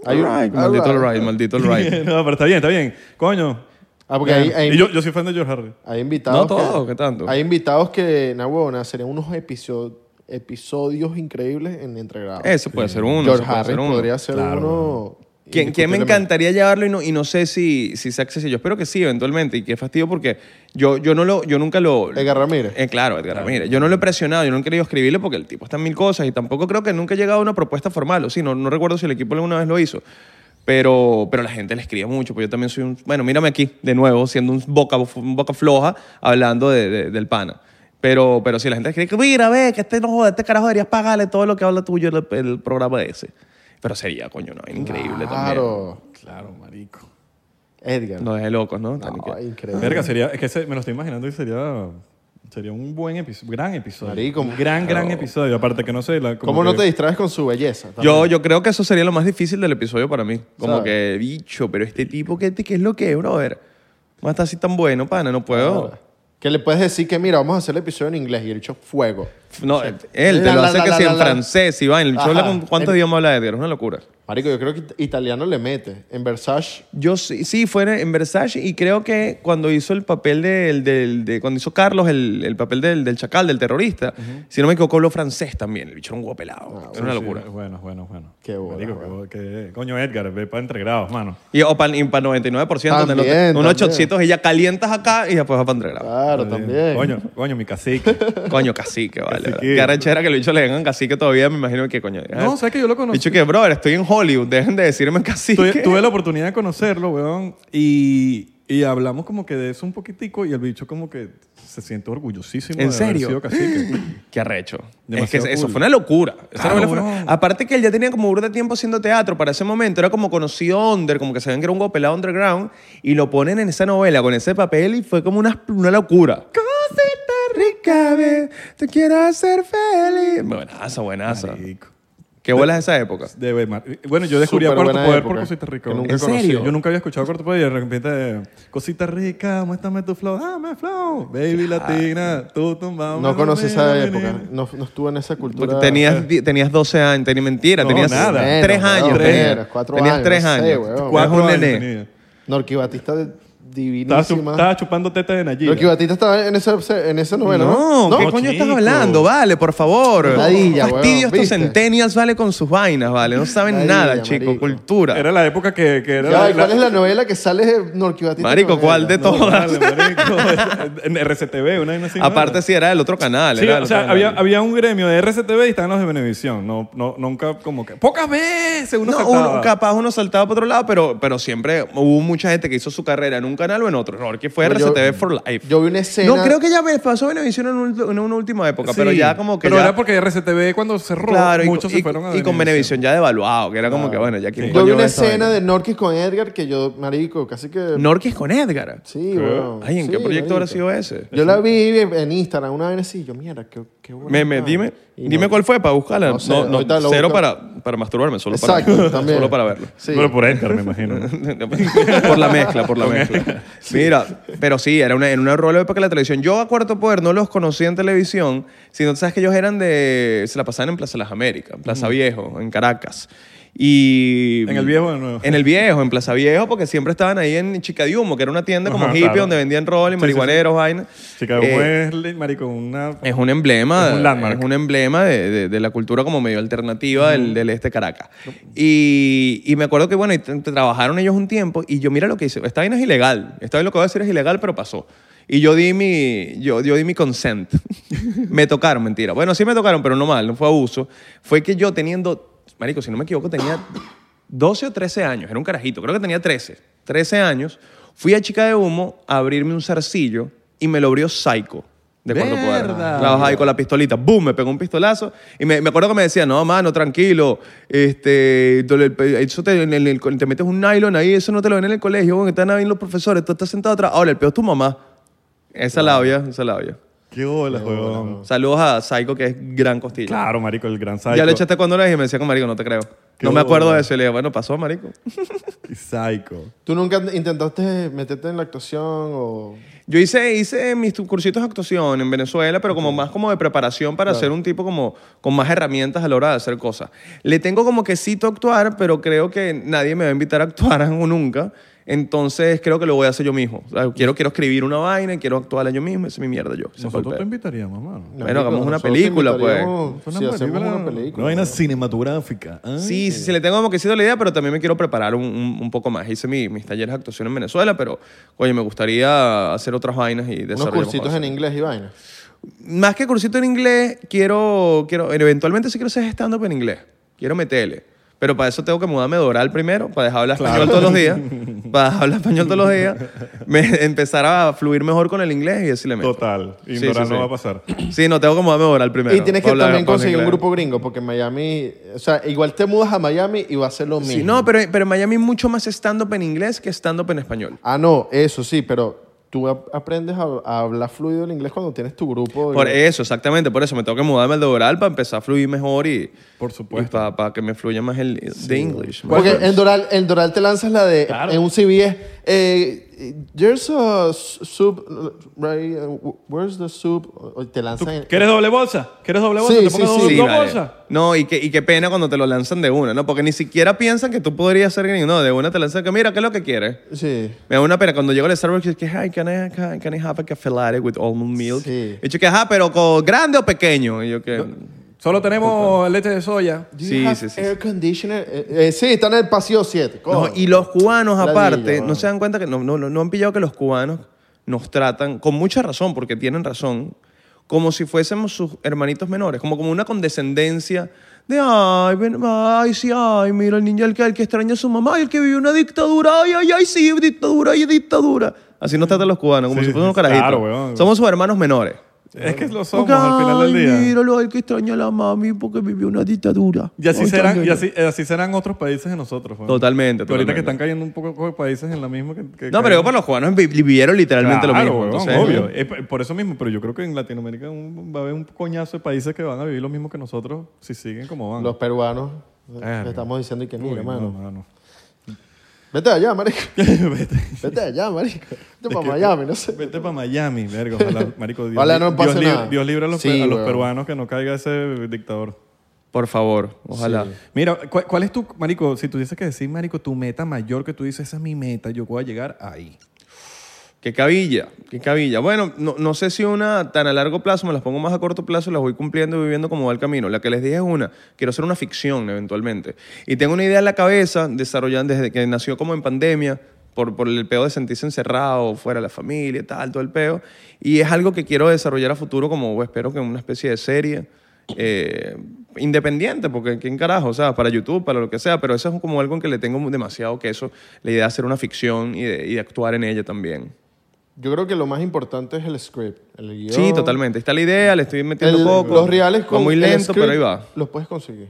Speaker 2: Hay un-
Speaker 1: Alright,
Speaker 2: all
Speaker 1: maldito
Speaker 2: right.
Speaker 1: alright, maldito alright. [laughs]
Speaker 2: [laughs]
Speaker 3: [laughs] no, pero está bien, está bien. Coño.
Speaker 2: Ah, porque hay, hay-
Speaker 3: Y yo, yo soy fan de George Harris.
Speaker 2: hay invitados.
Speaker 1: No todos,
Speaker 2: que,
Speaker 1: ¿qué tanto?
Speaker 2: Hay invitados que, na huevona, serían unos episod- episodios increíbles en entregrados.
Speaker 1: Eso puede ser uno.
Speaker 2: George
Speaker 1: eso puede
Speaker 2: Harris
Speaker 1: ser uno.
Speaker 2: podría ser
Speaker 3: Claro.
Speaker 2: uno.
Speaker 1: ¿Quién, quién me
Speaker 2: indiscutiblemente.
Speaker 1: encantaría llevarlo y no, y no sé si, si sea accesible? Yo espero que sí, eventualmente. Y qué fastidio porque yo, yo, no lo, yo nunca lo...
Speaker 2: Edgar Ramírez.
Speaker 1: Eh, claro, Edgar Ramírez. Yo no lo he presionado, yo no he querido escribirle porque el tipo está en mil cosas y tampoco creo que nunca ha llegado a una propuesta formal. O sí, no, no recuerdo si el equipo alguna vez lo hizo. Pero, pero la gente le escribe mucho, pues yo también soy un... Bueno, mírame aquí, de nuevo, siendo un boca, un boca floja, hablando de- de- del pana. Pero, pero si la gente escribe, que, mira, ve, que este no joda, este carajo deberías pagarle todo lo que habla tuyo el, el programa ese. Pero sería, coño, no, increíble también.
Speaker 2: Claro.
Speaker 3: Claro, marico.
Speaker 2: Edgar.
Speaker 1: No deje locos, ¿no? Tan-
Speaker 2: No, increíble.
Speaker 3: Verga, sería, es que se- me lo estoy imaginando y sería, sería un buen episodio, gran episodio.
Speaker 2: Marico,
Speaker 3: un gran, gran
Speaker 1: pero-
Speaker 3: episodio. Aparte que no sé, la, como
Speaker 2: ¿Cómo no
Speaker 3: que-
Speaker 2: te distraes con su belleza?
Speaker 1: Yo, yo creo que eso sería lo más difícil del episodio para mí. Como
Speaker 2: ¿Sabes?
Speaker 1: que, bicho, pero este tipo, ¿qué, te- qué es lo que es, brother? ¿Cómo está así tan bueno, pana? No puedo.
Speaker 2: Que le puedes decir que, mira, vamos a hacer el episodio en inglés y el hecho fuego.
Speaker 1: No, él te
Speaker 2: La,
Speaker 1: lo
Speaker 2: la,
Speaker 1: hace
Speaker 2: la,
Speaker 1: que
Speaker 2: la,
Speaker 1: si
Speaker 2: la,
Speaker 1: en
Speaker 2: la.
Speaker 1: francés, Iván. El bicho
Speaker 2: Ajá.
Speaker 1: habla con- ¿Cuántos
Speaker 2: El-
Speaker 1: idiomas habla Edgar? Es una locura.
Speaker 2: Marico, yo creo que italiano le mete. En Versace.
Speaker 1: Yo sí, sí, fue en- en Versace y creo que cuando hizo el papel del, del- de, cuando hizo Carlos el, el papel del, del chacal, del terrorista, si no me equivoco, habló francés también. El bicho era un guapelado. era una
Speaker 3: Sí,
Speaker 1: locura.
Speaker 3: sí, bueno, bueno, bueno.
Speaker 2: Qué bola,
Speaker 3: Marico, que, que- coño, Edgar, ve para entregrados, mano.
Speaker 1: Y, o para pa 99%, donde no te-
Speaker 2: También,
Speaker 1: unos
Speaker 2: también.
Speaker 1: chotcitos y ya calientas acá y después vas para entregrado.
Speaker 2: Claro,
Speaker 3: Está bien.
Speaker 2: también.
Speaker 3: Coño, coño, mi cacique.
Speaker 2: [laughs]
Speaker 1: Coño, cacique, vale.
Speaker 3: Cacique.
Speaker 1: Qué arrechera que el bicho le digan cacique todavía, me imagino que coño.
Speaker 3: No, ¿sabes que yo lo conocí?
Speaker 1: Bicho que, brother, estoy en Hollywood, dejen de decirme cacique.
Speaker 3: tuve, tuve la oportunidad de conocerlo, weón, y, y hablamos como que de eso un poquitico y el bicho como que se siente orgullosísimo
Speaker 1: ¿En
Speaker 3: de haber
Speaker 1: serio?
Speaker 3: sido cacique.
Speaker 1: [gasps] Qué arrecho.
Speaker 3: Demasiado
Speaker 1: es que eso
Speaker 3: cool.
Speaker 1: fue una locura. Esa
Speaker 3: Claro,
Speaker 1: novela fue una-
Speaker 3: weón.
Speaker 1: Aparte que él ya tenía como burda de tiempo haciendo teatro para ese momento, era como conocido under, como que sabían que era un gopelado underground, y lo ponen en esa novela con ese papel y fue como una, una locura. Cosita rica, ve, te quiero hacer feliz. Buenaza, buenaza.
Speaker 3: Marico.
Speaker 1: Qué bolas de esa época.
Speaker 3: De Weimar. Bueno, yo descubrí a
Speaker 2: Súper
Speaker 3: Cuarto
Speaker 2: buena
Speaker 3: Poder
Speaker 2: época,
Speaker 3: por Cosita Rica.
Speaker 2: que
Speaker 3: weón.
Speaker 2: nunca
Speaker 1: ¿En conocí. serio?
Speaker 3: Yo nunca había escuchado Cuarto Poder y de repente, Cosita Rica, muéstrame tu flow, dame flow. Baby latina, tú tumbado.
Speaker 2: No conocí esa época.
Speaker 3: menina.
Speaker 2: No, no estuve en esa
Speaker 1: Porque
Speaker 2: cultura.
Speaker 1: tenías,
Speaker 3: Eh.
Speaker 1: di- tenías 12 años, tenías mentira,
Speaker 3: No,
Speaker 1: tenías
Speaker 3: nada.
Speaker 1: tres
Speaker 2: eh. Menos,
Speaker 1: años.
Speaker 2: weón,
Speaker 1: tenías.
Speaker 2: menos, cuatro
Speaker 1: tenías
Speaker 2: años,
Speaker 1: tres
Speaker 2: no sé,
Speaker 1: años.
Speaker 2: weón.
Speaker 1: Eras
Speaker 3: Cuatro
Speaker 1: un
Speaker 3: años
Speaker 1: nené.
Speaker 3: tenía.
Speaker 2: Norqui Batista de-
Speaker 3: Estaba, chup-
Speaker 2: divinísima.
Speaker 3: estaba chupando teta de Nayib.
Speaker 2: Norqui Batista estaba en esa, en esa novela.
Speaker 1: No,
Speaker 2: No,
Speaker 1: ¿qué
Speaker 3: No,
Speaker 1: coño estás
Speaker 3: chico.
Speaker 1: hablando? Vale, por favor.
Speaker 2: Ladilla, weón,
Speaker 1: Fastidio estos
Speaker 2: ¿viste?
Speaker 1: centennials, vale, con sus vainas, vale. No saben
Speaker 2: Ladilla,
Speaker 1: nada, chico.
Speaker 2: marico.
Speaker 1: Cultura.
Speaker 3: Era la época que, que era
Speaker 2: Ya,
Speaker 3: la-
Speaker 2: ¿y ¿Cuál es la novela que sale de Norqui Batista?
Speaker 1: Marico, ¿cuál de
Speaker 3: [laughs]
Speaker 2: novela?
Speaker 3: No,
Speaker 1: todas?
Speaker 3: vale, marico. [laughs] en RCTV, una vaina así. ¿no?
Speaker 1: Aparte, sí, era del otro canal.
Speaker 3: Sí,
Speaker 1: era del
Speaker 3: o
Speaker 1: otro
Speaker 3: sea,
Speaker 1: canal.
Speaker 3: había, había un gremio de RCTV y estaban los de Venevisión. No, no, nunca como que... ¡Pocas veces! Uno
Speaker 1: No,
Speaker 3: saltaba.
Speaker 1: uno, capaz uno saltaba para otro lado, pero, pero siempre hubo mucha gente que hizo su carrera en un canal o en otro. No, que fue
Speaker 2: Yo-
Speaker 1: RCTV for Life.
Speaker 2: yo vi una escena-
Speaker 1: No, creo que ya me pasó Venevisión en, un- en una última época, pero
Speaker 3: Sí,
Speaker 1: ya como que.
Speaker 4: Pero
Speaker 1: ya-
Speaker 4: era porque RCTV cuando cerró,
Speaker 1: Claro, y,
Speaker 4: muchos
Speaker 1: y-
Speaker 4: se fueron a
Speaker 1: y con Venevisión ya devaluado, que era como que bueno, ya que.
Speaker 2: Yo vi una escena de Norquis con Edgar que yo, marico, casi que...
Speaker 1: Norquis con Edgar.
Speaker 2: Sí, weón.
Speaker 1: Ay, ¿en qué
Speaker 2: Sí,
Speaker 1: proyecto habrá
Speaker 2: marico.
Speaker 1: sido ese?
Speaker 2: Yo la vi en en Instagram una vez así, yo mierda, qué, qué buena
Speaker 1: Me, me-
Speaker 2: vaina.
Speaker 1: dime,
Speaker 2: Y
Speaker 1: dime
Speaker 2: no-
Speaker 1: cuál fue para buscarla. No,
Speaker 2: No sé,
Speaker 1: no,
Speaker 2: ahorita lo
Speaker 1: cero
Speaker 2: busco.
Speaker 1: para, para masturbarme, solo [laughs]
Speaker 2: Exacto,
Speaker 1: para
Speaker 2: también.
Speaker 1: solo para
Speaker 2: [laughs]
Speaker 1: verlo.
Speaker 2: Sí.
Speaker 3: Pero por Edgar,
Speaker 1: [laughs]
Speaker 3: me imagino. ¿no?
Speaker 1: por la mezcla, por la mezcla. Mira, pero sí, era una, en una rueda de época de la televisión. Yo a Cuarto Poder no los conocí en televisión, sino sabes que ellos eran de. Se la pasaban en Plaza Las Américas, en Plaza Viejo, en Caracas. Y.
Speaker 3: ¿En el Viejo o en el Nuevo?
Speaker 1: En el Viejo, en Plaza Viejo, porque siempre estaban ahí en Chica de Humo, que era una tienda como
Speaker 3: Ajá,
Speaker 1: hippie
Speaker 3: claro.
Speaker 1: donde vendían rol y
Speaker 3: Sí, sí, sí.
Speaker 1: marihuaneros, vaina.
Speaker 3: Chicago
Speaker 1: Eh,
Speaker 3: Wesley, marico, una...
Speaker 1: es un emblema,
Speaker 3: Es un landmark.
Speaker 1: es un emblema de, de- de la cultura como medio alternativa del, del este de Caracas. Y, y me acuerdo que, bueno, y t- trabajaron ellos un tiempo y yo, mira lo que hice, esta vaina es ilegal, esta vaina lo que voy a decir es ilegal, pero pasó. Y yo di mi, yo, yo di mi
Speaker 3: [laughs]
Speaker 1: consent. me tocaron, mentira. Bueno, sí me tocaron, pero no mal, no fue abuso. Fue que yo teniendo, marico, si no me equivoco, tenía 12 o 13 años, era un carajito, creo que tenía 13, 13 años. Fui a Chica de Humo a abrirme un zarcillo y me lo abrió Psycho. De cuando poder.
Speaker 3: Verda.
Speaker 1: Trabajaba ahí con la pistolita. ¡Bum! Me pegó un pistolazo. Y me, me acuerdo que me decía, no, mano, tranquilo. Este, do- el- eso te, en el- te metes un nylon ahí, eso no te lo ven en el colegio, bueno, están ahí los profesores, tú estás sentado atrás. Ahora, el peor es tu mamá. Esa labia, esa labia.
Speaker 3: Qué bola, huevón.
Speaker 1: Saludos a Psycho, que es gran costilla.
Speaker 3: Claro, marico, el gran Psycho.
Speaker 1: Ya le echaste cuando lo dije y me decía, marico, no te creo.
Speaker 3: Qué
Speaker 1: no me acuerdo
Speaker 3: bola.
Speaker 1: de eso. Y le dije, bueno, pasó, marico.
Speaker 3: Psycho.
Speaker 2: ¿Tú nunca intentaste meterte en la actuación o...?
Speaker 1: Yo hice, hice mis tu- cursitos de actuación en Venezuela, pero como más como de preparación para ser un tipo como con más herramientas a la hora de hacer cosas. Le tengo como que cito a actuar, pero creo que nadie me va a invitar a actuar [laughs] o nunca. Entonces creo que lo voy a hacer yo mismo. O sea, quiero, quiero escribir una vaina y quiero actuarla yo mismo. Esa es mi mierda yo. Ese fue el
Speaker 3: Nosotros te
Speaker 1: pedo.
Speaker 3: invitaríamos, mano.
Speaker 1: Bueno,
Speaker 2: Marico,
Speaker 1: hagamos una
Speaker 2: nosotros te
Speaker 1: película, pues.
Speaker 2: invitaríamos Si hacemos una película.
Speaker 3: Una vaina cinematográfica. ¿ah?
Speaker 1: Sí, sí, sí, le tengo como que sido la idea, pero también me quiero preparar un, un- un poco más. Hice mi- mis talleres de actuación en Venezuela, pero oye, me gustaría hacer otras vainas y
Speaker 2: Unos
Speaker 1: desarrollar más
Speaker 2: cursitos
Speaker 1: cosas.
Speaker 2: en inglés y vaina.
Speaker 1: Más que cursito en inglés, quiero, quiero eventualmente sí quiero hacer stand-up en inglés. Quiero meterle. Pero para eso tengo que mudarme de oral primero, para dejar hablar español todos los días. Para dejar hablar español todos los días. me- empezar a fluir mejor con el inglés y decirle
Speaker 3: Total. Ignorar no va a pasar.
Speaker 1: Sí, no, tengo que mudarme de oral primero.
Speaker 2: y tienes que
Speaker 1: para hablar-
Speaker 2: también
Speaker 1: para hablar
Speaker 2: conseguir un
Speaker 1: inglés.
Speaker 2: grupo gringo, porque en Miami... O sea, igual te mudas a Miami y va a ser lo mismo.
Speaker 1: Sí, no, pero, pero en Miami hay mucho más stand-up en inglés que stand-up en español.
Speaker 2: Ah, no, eso sí, pero tú ap- aprendes a, a hablar fluido el inglés cuando tienes tu grupo. de-
Speaker 1: Por e-, eso, exactamente, por eso me tengo que mudarme al de oral para empezar a fluir mejor y,
Speaker 3: Por supuesto.
Speaker 1: para, que me fluya más el de English. man.
Speaker 2: Porque en Doral, en Doral te lanzas la de... En un CBS... Eh, there's a s- soup... Right, uh, where's the soup? O- o Te lanzan... en-
Speaker 3: ¿Quieres doble bolsa? ¿Quieres doble bolsa?
Speaker 2: Sí,
Speaker 3: ¿Te
Speaker 2: sí,
Speaker 3: pongo
Speaker 2: sí.
Speaker 3: doble
Speaker 1: Sí,
Speaker 3: doble
Speaker 1: vale.
Speaker 3: bolsa?
Speaker 1: No, y, que, y qué pena cuando te lo lanzan de una, ¿no? Porque ni siquiera piensan que tú podrías ser gringo. No, de una te lanzan que, mira, ¿qué es lo que quieres?
Speaker 2: Sí.
Speaker 1: Me da una pena. Cuando llego al Starbucks, es que, hi, can I, can, can I have a cafe latte with almond milk?
Speaker 2: Sí.
Speaker 1: Y yo que, ajá, pero con- grande o pequeño. Y yo que,
Speaker 4: Solo tenemos leche de soya.
Speaker 2: Do you
Speaker 1: Sí,
Speaker 2: have
Speaker 1: sí, sí,
Speaker 2: air conditioner? Eh, eh, sí, está en el pasillo 7.
Speaker 1: No, y los cubanos,
Speaker 2: Ladilla,
Speaker 1: aparte, no
Speaker 2: mano.
Speaker 1: se dan cuenta que no, no, no, no han pillado que los cubanos nos tratan, con mucha razón, porque tienen razón, como si fuésemos sus hermanitos menores, como, como una condescendencia de, ay, ven, ay, sí, ay, mira el niño el que, el que extraña a su mamá, el que vive una dictadura, ay, ay, ay, sí, dictadura, ay, dictadura. Así nos tratan los cubanos, como
Speaker 3: Sí,
Speaker 1: si fueran unos
Speaker 3: claro,
Speaker 1: carajitos.
Speaker 3: weón.
Speaker 1: Somos sus hermanos menores.
Speaker 3: Es que lo somos al final del día.
Speaker 1: Ay, míralo, el que extraña a la mami porque vivió una dictadura.
Speaker 3: Y así,
Speaker 1: Ay,
Speaker 3: serán, y
Speaker 1: tranquilo.
Speaker 3: así, eh, así serán otros países de nosotros. weón.
Speaker 1: Totalmente,
Speaker 3: Que Ahorita
Speaker 1: totalmente.
Speaker 3: que están cayendo un poco de países en la misma que... que
Speaker 1: No, pero yo por los cubanos vi- vivieron literalmente lo mismo. entonces,
Speaker 3: obvio. Eh, p- por eso mismo, pero yo creo que en Latinoamérica un- va a haber un coñazo de países que van a vivir lo mismo que nosotros si siguen como van.
Speaker 2: Los peruanos. eh,
Speaker 3: Verga.
Speaker 2: Le estamos diciendo y que
Speaker 3: Uy,
Speaker 2: mira,
Speaker 3: no,
Speaker 2: mano.
Speaker 3: mano.
Speaker 2: Vete allá, marico.
Speaker 3: [laughs] vete
Speaker 2: Vete allá, marico. Vete
Speaker 3: [laughs]
Speaker 2: para
Speaker 3: que-
Speaker 2: Miami, no sé.
Speaker 3: vete para Miami, verga. Ojalá, marico, Dios,
Speaker 2: Ojalá no
Speaker 3: Dios
Speaker 2: pase
Speaker 3: libre-
Speaker 2: nada.
Speaker 3: Dios libre a los, pe-
Speaker 2: Sí,
Speaker 3: a los
Speaker 2: weón.
Speaker 3: peruanos que no caiga ese dictador.
Speaker 1: Por favor, ojalá.
Speaker 3: Mira, ¿cu- ¿cuál, es tu, marico, si tuvieses que decir, marico, tu meta mayor que tú dices, esa es mi meta, yo voy a llegar ahí.
Speaker 1: Qué cabilla, qué cabilla. Bueno, no, no sé si una tan a largo plazo, me las pongo más a corto plazo, las voy cumpliendo y viviendo como va el camino. La que les dije es una, quiero hacer una ficción eventualmente. Y tengo una idea en la cabeza, desarrollando desde que nació como en pandemia, por, por el peo de sentirse encerrado, fuera de la familia, tal, todo el peo. Y es algo que quiero desarrollar a futuro como espero que una especie de serie. eh, independiente, porque quién carajo, o sea, para YouTube, para lo que sea, pero eso es como algo en que le tengo demasiado queso, la idea de hacer una ficción y de, y de actuar en ella también.
Speaker 2: Yo creo que lo más importante es el script, el guión.
Speaker 1: Sí, totalmente. Está la idea, le estoy metiendo
Speaker 2: El-
Speaker 1: poco.
Speaker 2: Los reales
Speaker 1: Va
Speaker 2: con
Speaker 1: muy
Speaker 2: el
Speaker 1: lento,
Speaker 2: script
Speaker 1: pero ahí va.
Speaker 2: Los puedes conseguir.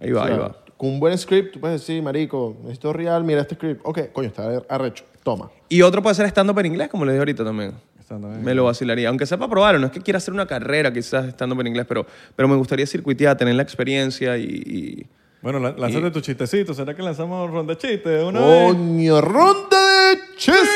Speaker 1: Ahí va,
Speaker 2: O sea,
Speaker 1: ahí va.
Speaker 2: Con un buen script, tú puedes decir, marico, esto es real, mira este script. Ok, coño, está arrecho. Toma.
Speaker 1: Y otro puede ser stand-up en inglés, como les dije ahorita también.
Speaker 3: Stand-up en
Speaker 1: Me lo vacilaría. Aunque sepa probarlo, no es que quiera hacer una carrera quizás stand-up en inglés, pero, pero me gustaría circuitear, tener la experiencia y... y-
Speaker 3: Bueno, la- lánzate tu chistecito. ¿Será que lanzamos ronda de chistes de una vez?
Speaker 2: Coño, ronda de
Speaker 1: Ay,
Speaker 2: chistes.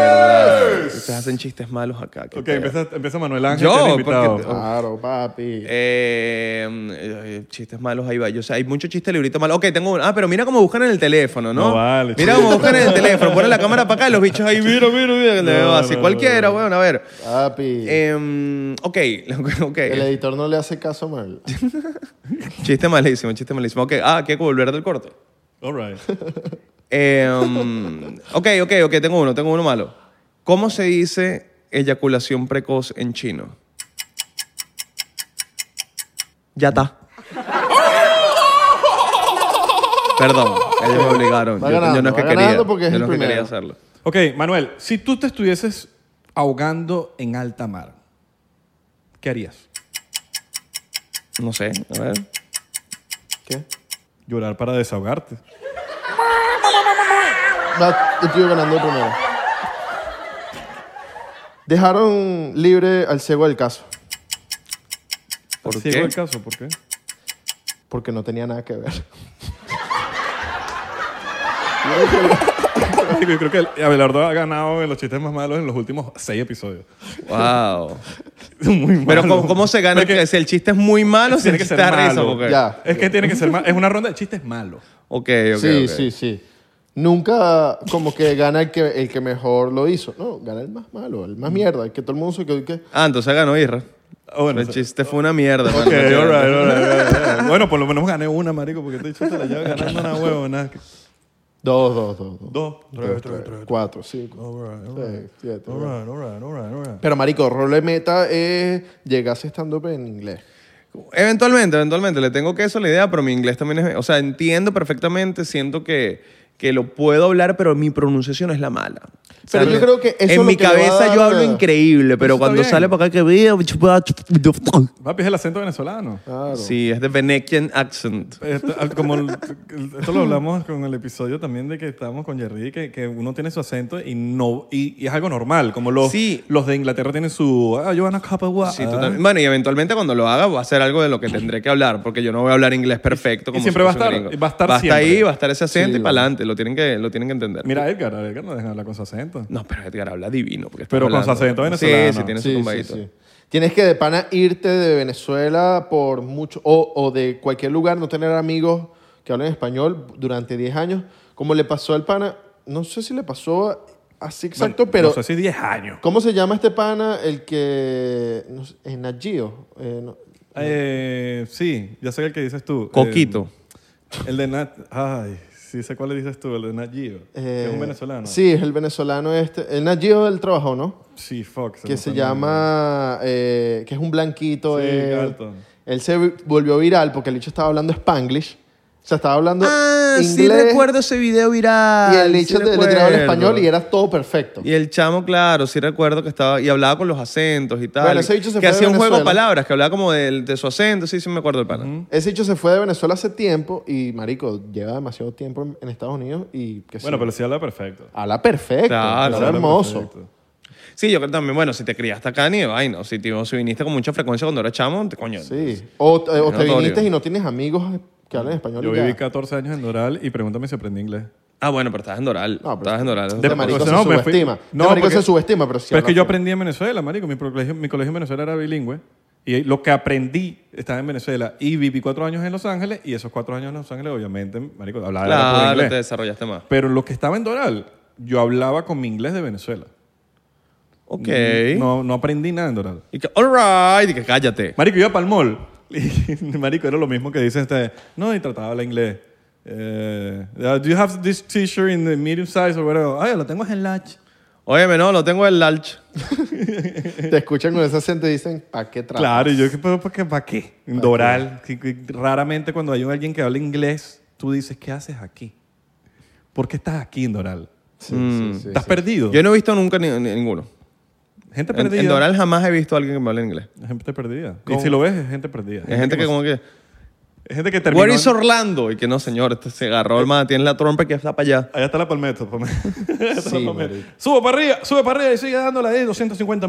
Speaker 1: verdad. Ustedes hacen chistes malos acá. qué
Speaker 3: Ok,
Speaker 1: pena.
Speaker 3: empieza, empieza Manuel Ángel,
Speaker 1: Yo,
Speaker 3: que es el invitado.
Speaker 1: porque-
Speaker 2: Claro, papi.
Speaker 1: Eh, eh, chistes malos, ahí va. Yo sé, hay mucho chiste librito malo. Ok, tengo uno. Ah, pero mira cómo buscan en el teléfono, ¿no?
Speaker 3: No vale,
Speaker 1: Mira
Speaker 3: chico.
Speaker 1: cómo buscan en el teléfono. Ponen la cámara para acá y los bichos ahí, mira, mira, mira.
Speaker 3: No,
Speaker 1: así
Speaker 3: no,
Speaker 1: cualquiera, weón, a ver.
Speaker 2: Papi.
Speaker 1: Em, ok, [laughs] ok.
Speaker 2: el editor no le hace caso a Manuel.
Speaker 1: Chiste malísimo, chiste malísimo. Ok, ah, que volver del corte.
Speaker 3: All right.
Speaker 2: [laughs]
Speaker 1: Em, ok, ok, ok, tengo uno, tengo uno malo. ¿Cómo se dice eyaculación precoz en chino? Ya
Speaker 2: [laughs]
Speaker 1: está. Perdón, ellos me obligaron.
Speaker 2: Va
Speaker 1: yo, yo no
Speaker 2: ganando,
Speaker 1: es que
Speaker 2: va
Speaker 1: quería.
Speaker 2: ganando porque es
Speaker 1: yo
Speaker 2: el
Speaker 1: no es que quería
Speaker 2: primero.
Speaker 1: hacerlo.
Speaker 4: Ok, Manuel, si tú te estuvieses ahogando en alta mar, ¿qué harías?
Speaker 1: No sé, a ver.
Speaker 2: ¿Qué?
Speaker 3: Llorar para desahogarte.
Speaker 2: No, estoy ganando primero. Dejaron libre al ciego del caso,
Speaker 1: ¿Por
Speaker 3: Sigo
Speaker 1: qué?
Speaker 3: el caso, ¿por qué?
Speaker 2: porque no tenía nada que ver.
Speaker 3: Yo creo que Abelardo ha ganado en los chistes más malos en los últimos seis episodios. [laughs]
Speaker 1: Wow.
Speaker 3: Muy malo.
Speaker 1: Pero ¿cómo, cómo se gana?
Speaker 3: Porque
Speaker 1: que si el chiste es muy malo,
Speaker 3: tiene que ser malo.
Speaker 1: porque...
Speaker 2: Ya.
Speaker 3: Es que tiene que ser mal. Es una ronda de chistes malos.
Speaker 1: Ok, ok.
Speaker 2: sí,
Speaker 1: ok.
Speaker 2: sí, sí. Nunca como que gana el que, el que mejor lo hizo. No, gana el más malo, el más mierda, el que todo el mundo se quedó y que...
Speaker 1: Ah, entonces ganó Irra.
Speaker 3: Ah, bueno,
Speaker 1: el
Speaker 3: sí.
Speaker 1: chiste fue una mierda.
Speaker 3: Ok,
Speaker 1: mano.
Speaker 3: all right, all right, all right, all right. Bueno, por lo menos gané una, marico, porque estoy chuta, la llevo ganando una huevo, nada.
Speaker 2: Dos, dos, dos, dos.
Speaker 3: Dos, tres, tres, tres.
Speaker 2: Cuatro, cinco,
Speaker 3: All right, all
Speaker 2: seis, siete.
Speaker 3: all right, all right, all right, all right.
Speaker 2: Pero marico, rol de meta es llegarse stand up en inglés.
Speaker 1: Eventualmente, eventualmente. Le tengo que eso la idea, pero mi inglés también es... O sea, entiendo perfectamente, siento que, que lo puedo hablar, pero mi pronunciación es la mala. O sea,
Speaker 2: Pero yo
Speaker 1: no-
Speaker 2: creo que eso es
Speaker 1: En
Speaker 2: lo
Speaker 1: mi
Speaker 2: que le va a
Speaker 1: cabeza yo
Speaker 2: dar-
Speaker 1: hablo increíble, pero
Speaker 3: está
Speaker 1: cuando
Speaker 3: bien.
Speaker 1: sale para acá que veo...
Speaker 3: Papi, es el acento venezolano.
Speaker 2: Claro.
Speaker 1: Sí, es de Venetian accent.
Speaker 3: Esto, al- como el- esto lo hablamos con el episodio también de que estábamos con Jerry, que, que uno tiene su acento y no y, y es algo normal. Como los,
Speaker 1: Sí.
Speaker 3: los de Inglaterra tienen su. Ah, Johanna Capagua.
Speaker 1: Sí, totalmente. Bueno, y eventualmente cuando lo haga va a ser algo de lo que tendré que hablar, porque yo no voy a hablar inglés perfecto.
Speaker 3: Y
Speaker 1: Como
Speaker 3: siempre
Speaker 1: si
Speaker 3: va a
Speaker 1: fuese un
Speaker 3: estar,
Speaker 1: gringo.
Speaker 3: va a estar
Speaker 1: Va a estar
Speaker 3: siempre.
Speaker 1: ahí, va a estar ese acento
Speaker 2: Sí,
Speaker 1: y
Speaker 2: va.
Speaker 1: para adelante. Lo tienen que, lo tienen que entender.
Speaker 3: Mira, a Edgar, a Edgar no dejan hablar con su acento.
Speaker 1: No, pero Edgar habla divino. Porque
Speaker 3: Pero
Speaker 1: estamos
Speaker 3: con su acento
Speaker 1: hablando-
Speaker 3: venezolano.
Speaker 1: Sí, sí, tiene su
Speaker 2: Sí, sí,
Speaker 1: tumbadito. Eh,
Speaker 2: sí. Tienes que de pana irte de Venezuela por mucho, o, o de cualquier lugar, no tener amigos que hablen español durante 10 años, como le pasó al pana, no sé si le pasó así exacto, pero...
Speaker 3: No sé si 10 años.
Speaker 2: ¿Cómo se llama este pana? El que... No sé, es Nagio. eh, no-
Speaker 3: Eh, sí, ya sé el que dices tú.
Speaker 1: Coquito.
Speaker 3: Eh, el de Nat. Ay, sí sé cuál le dices tú, el de Nat Geo. que
Speaker 2: eh,
Speaker 3: es un venezolano.
Speaker 2: Sí, es el venezolano este. El Nagio del trabajo, ¿no?
Speaker 3: Sí, fuck.
Speaker 2: que
Speaker 3: me
Speaker 2: se
Speaker 3: fue el nombre.
Speaker 2: llama... eh, que es un blanquito.
Speaker 3: Sí,
Speaker 2: eh,
Speaker 3: Carlton.
Speaker 2: Él se vi- volvió viral porque el hecho estaba hablando spanglish. O sea, estaba hablando
Speaker 1: Ah,
Speaker 2: inglés.
Speaker 1: sí recuerdo ese video viral.
Speaker 2: Y el
Speaker 1: sí
Speaker 2: hecho le tiraba el
Speaker 1: recuerdo.
Speaker 2: español y era todo perfecto.
Speaker 1: Y el chamo, claro, sí recuerdo que estaba y hablaba con los acentos y tal.
Speaker 2: Bueno, ese bicho se
Speaker 1: que
Speaker 2: fue de
Speaker 1: hacía un juego de
Speaker 2: Venezuela.
Speaker 1: palabras, que hablaba como de, de su acento, sí, sí me acuerdo del pana.
Speaker 2: Ese hecho se fue de Venezuela hace tiempo y, marico, lleva demasiado tiempo en, en Estados Unidos y que sí,
Speaker 3: Bueno, pero sí habla perfecto.
Speaker 2: habla perfecto.
Speaker 1: Claro,
Speaker 2: habla
Speaker 1: habla
Speaker 2: hermoso.
Speaker 3: Perfecto.
Speaker 1: Sí, yo creo también, bueno, si te criaste acá ni vaina, si, te- si viniste con mucha frecuencia cuando eras chamo, te coño.
Speaker 2: Sí. O, eh, o te
Speaker 1: Notorio.
Speaker 2: viniste y no tienes amigos que hablan español.
Speaker 3: Yo
Speaker 2: y ya.
Speaker 3: viví 14 años en Doral y pregúntame si aprendí inglés. Pues
Speaker 1: Ah, bueno, pero estabas en Doral.
Speaker 2: No, pero-
Speaker 1: estabas en Doral.
Speaker 2: Este marico
Speaker 3: o sea,
Speaker 2: se
Speaker 3: Pues no, me fui-
Speaker 2: subestima. Este
Speaker 3: no,
Speaker 2: marico
Speaker 3: porque-
Speaker 2: se subestima, pero sí
Speaker 3: Pero es
Speaker 2: habla
Speaker 3: que yo
Speaker 2: perfecto.
Speaker 3: aprendí en Venezuela, marico. Mi pro- colegio, mi colegio en Venezuela era bilingüe. Y lo que aprendí estaba en Venezuela. Y viví cuatro años en Los Ángeles. Y esos cuatro años en Los Ángeles, obviamente, marico, hablaba era puro
Speaker 1: Claro, te
Speaker 3: pues, inglés.
Speaker 1: desarrollaste más.
Speaker 3: Pero lo que estaba en Doral, yo hablaba con mi inglés de Venezuela.
Speaker 1: Ok.
Speaker 3: Mm, No, no aprendí nada en Doral.
Speaker 1: Y que, all right, y que cállate.
Speaker 3: Marico, iba para el mall. [laughs] Y, marico, era lo mismo que dice este. No, y trataba hablar inglés. uh, Eh, do you have this t-shirt in the medium size or whatever? Ah, yo lo tengo es en large.
Speaker 1: Óyeme, no, lo tengo el large.
Speaker 2: Te escuchan con ese acento y dicen, ¿para qué trabajas?
Speaker 3: Claro, y yo, ¿qué- pero ¿para qué? ¿Para qué? Doral. que- que Raramente cuando hay alguien que habla inglés, tú dices, ¿qué haces aquí? ¿Por qué estás aquí en Doral?
Speaker 2: Sí,
Speaker 1: Mm.
Speaker 2: sí, sí,
Speaker 3: ¿Estás
Speaker 2: sí.
Speaker 3: perdido?
Speaker 1: Yo no he visto nunca ni- ni- ninguno.
Speaker 3: Gente
Speaker 1: En,
Speaker 3: perdida.
Speaker 1: en Doral jamás he visto a alguien que me hable inglés.
Speaker 3: Gente perdida.
Speaker 4: ¿Cómo?
Speaker 3: Y si lo ves, es gente perdida.
Speaker 1: Hay gente que como que...
Speaker 3: Es gente que terminó...
Speaker 1: ¿Where is
Speaker 3: en-
Speaker 1: Orlando? Y que no, señor, este se agarró el man, tiene la trompa que está para allá.
Speaker 3: Allá está la palmeta. palmeta. [laughs] Allá está la
Speaker 2: Sí,
Speaker 3: palmeta.
Speaker 2: marico.
Speaker 3: Sube para arriba, sube para arriba y sigue dándole de 250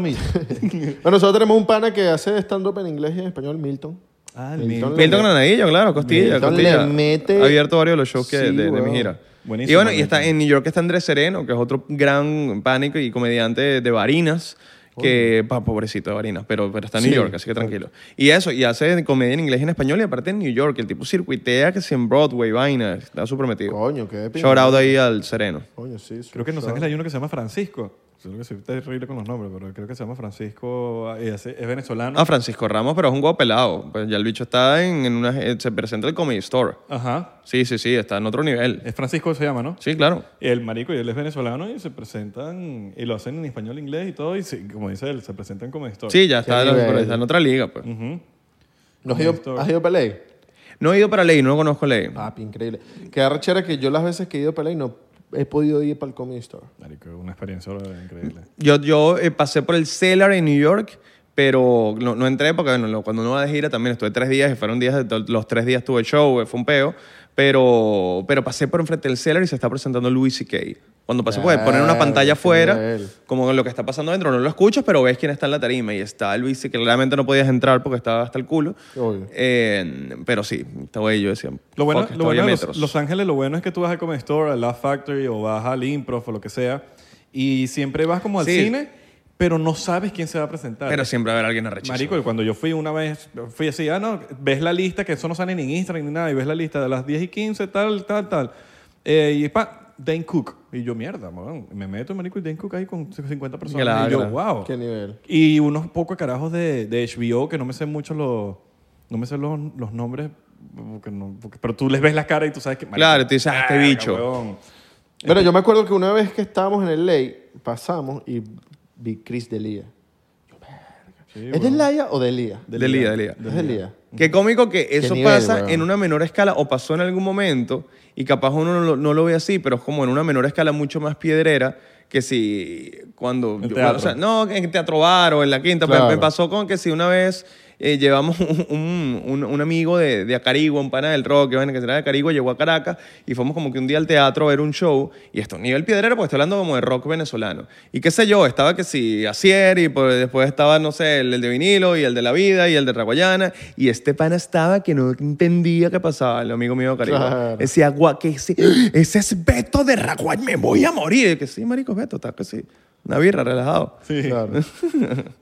Speaker 1: [laughs]
Speaker 3: millas.
Speaker 2: Bueno, nosotros tenemos un pana que hace stand-up en inglés y en español, Milton.
Speaker 3: Ah,
Speaker 2: le-
Speaker 1: Milton Granadillo, claro, Costilla.
Speaker 2: Milton
Speaker 1: Costilla.
Speaker 2: le mete-
Speaker 1: Ha abierto varios de los shows que-
Speaker 2: Sí,
Speaker 1: de, de mi
Speaker 2: weón.
Speaker 1: gira.
Speaker 3: Buenísimo,
Speaker 1: y bueno, y
Speaker 3: Milton.
Speaker 1: está en New York está Andrés Sereno, que es otro gran pánico y comediante de Varinas. Que, pa, pobrecito de Varinas, pero, pero está en New
Speaker 2: Sí,
Speaker 1: York, así que tranquilo. Y eso, y hace comedia en inglés y en español, y aparte en New York, el tipo circuitea que si en Broadway, vaina, está súper metido.
Speaker 2: Coño, qué épico.
Speaker 1: Shout out ahí al Sereno.
Speaker 2: Coño, sí. sí,
Speaker 3: Creo que en Los
Speaker 2: shout out.
Speaker 3: Ángeles hay uno que se llama Francisco. Creo que soy terrible con los nombres, pero creo que se llama Francisco. eh, Es, es venezolano.
Speaker 1: Ah, Francisco Ramos, pero es un huevo pelado. Pues ya el bicho está en, en una. eh, Se presenta en el Comedy Store.
Speaker 3: Ajá.
Speaker 1: Sí, sí, sí, está en otro nivel.
Speaker 3: Es Francisco se llama, ¿no?
Speaker 1: Sí, claro.
Speaker 3: El marico y él es venezolano y se presentan y lo hacen en español, inglés y todo. Y se- como dice él, se presentan como historia.
Speaker 1: Sí, ya está,
Speaker 2: Qué
Speaker 1: pero
Speaker 2: nivel.
Speaker 1: está en otra liga, pues.
Speaker 3: Mm.
Speaker 2: ¿No has ido,
Speaker 3: Story.
Speaker 2: has ido a Pelé?
Speaker 1: No he ido para Ley, no conozco Ley.
Speaker 2: Papi, increíble. Qué arrechera que yo las veces que he ido a Pelé no he podido ir para el Comedy Store.
Speaker 3: Marico, una experiencia increíble.
Speaker 1: Yo, yo eh, pasé por el Cellar en New York, pero no, no entré porque bueno, lo- cuando uno va de gira también estuve tres días y fueron días, de to- los tres días tuve show, eh, fue un peo, pero, pero pasé por enfrente del Cellar y se está presentando Louis C.K. Cuando pasé, pues poner una
Speaker 2: Verga,
Speaker 1: pantalla
Speaker 2: Ah, qué
Speaker 1: afuera,
Speaker 2: nivel.
Speaker 1: como lo que está pasando adentro, no lo escuchas, pero ves quién está en la tarima y está Louis C.K. Claramente no podías entrar porque estaba hasta el culo.
Speaker 2: Obvio.
Speaker 1: Eh, pero sí, estaba ahí, yo decía.
Speaker 3: Lo bueno,
Speaker 1: fuck,
Speaker 3: lo
Speaker 1: estaba ahí a
Speaker 3: bueno de los,
Speaker 1: metros.
Speaker 3: Los Ángeles, lo bueno es que tú vas al Comedy Store, al Laugh Factory o vas al Improv o lo que sea y siempre vas como al
Speaker 1: Sí.
Speaker 3: cine, pero no sabes quién se va a presentar.
Speaker 1: Pero siempre va a haber alguien arrechísimo.
Speaker 3: Marico, y cuando yo fui una vez, fui así, ah, no, ves la lista, que eso no sale ni en Instagram ni nada, y ves la lista de las 10 y 15, tal, tal, tal. Eh, y pa, Dane Cook. Y yo, mierda, weón. Me meto, marico, y Dane Cook ahí con 50 personas.
Speaker 1: Claro,
Speaker 3: y yo,
Speaker 1: claro.
Speaker 3: wow.
Speaker 2: Qué nivel.
Speaker 3: Y unos pocos carajos de, de HBO que no me sé mucho los... No me sé los, los nombres, porque no- porque- pero tú les ves las caras y tú sabes que... marico,
Speaker 1: Claro, tú dices, "Ah, este
Speaker 3: verga,
Speaker 1: bicho".
Speaker 3: weón.
Speaker 2: Bueno, yo me acuerdo que una vez que estábamos en el Ley, pasamos y vi Chris Delia.
Speaker 3: Sí,
Speaker 2: ¿Es Delia o Delia?
Speaker 1: Del día, del día.
Speaker 2: Es Delia.
Speaker 1: Qué cómico que eso
Speaker 2: nivel,
Speaker 1: pasa
Speaker 2: weón.
Speaker 1: en una menor escala o pasó en algún momento y capaz uno no lo, no lo ve así, pero es como en una menor escala mucho más piedrera que si cuando...
Speaker 3: En
Speaker 1: yo-
Speaker 3: teatro.
Speaker 1: o sea, no, en Teatro Bar o en la quinta.
Speaker 2: Claro.
Speaker 1: Pues, Me, me pasó con que si una vez eh, llevamos [laughs] un, un- un- un amigo de, de Acarigua, un pana del rock, que bueno, que será de Acarigua, llegó a Caracas y fuimos como que un día al teatro a ver un show y esto, nivel piedrero, porque estoy hablando como de rock venezolano. Y qué sé yo, estaba que si Asier y pues, después estaba, no sé, el, el de vinilo y el de la vida y el de Raguayana y este pana estaba que no entendía qué pasaba, el amigo mío de Acarigua.
Speaker 2: Claro.
Speaker 1: Ese agua que ese, ese es Beto de Raguayana, me voy a morir. Y que sí, marico, Beto, está que sí. Una birra, relajado.
Speaker 3: Sí,
Speaker 2: Claro.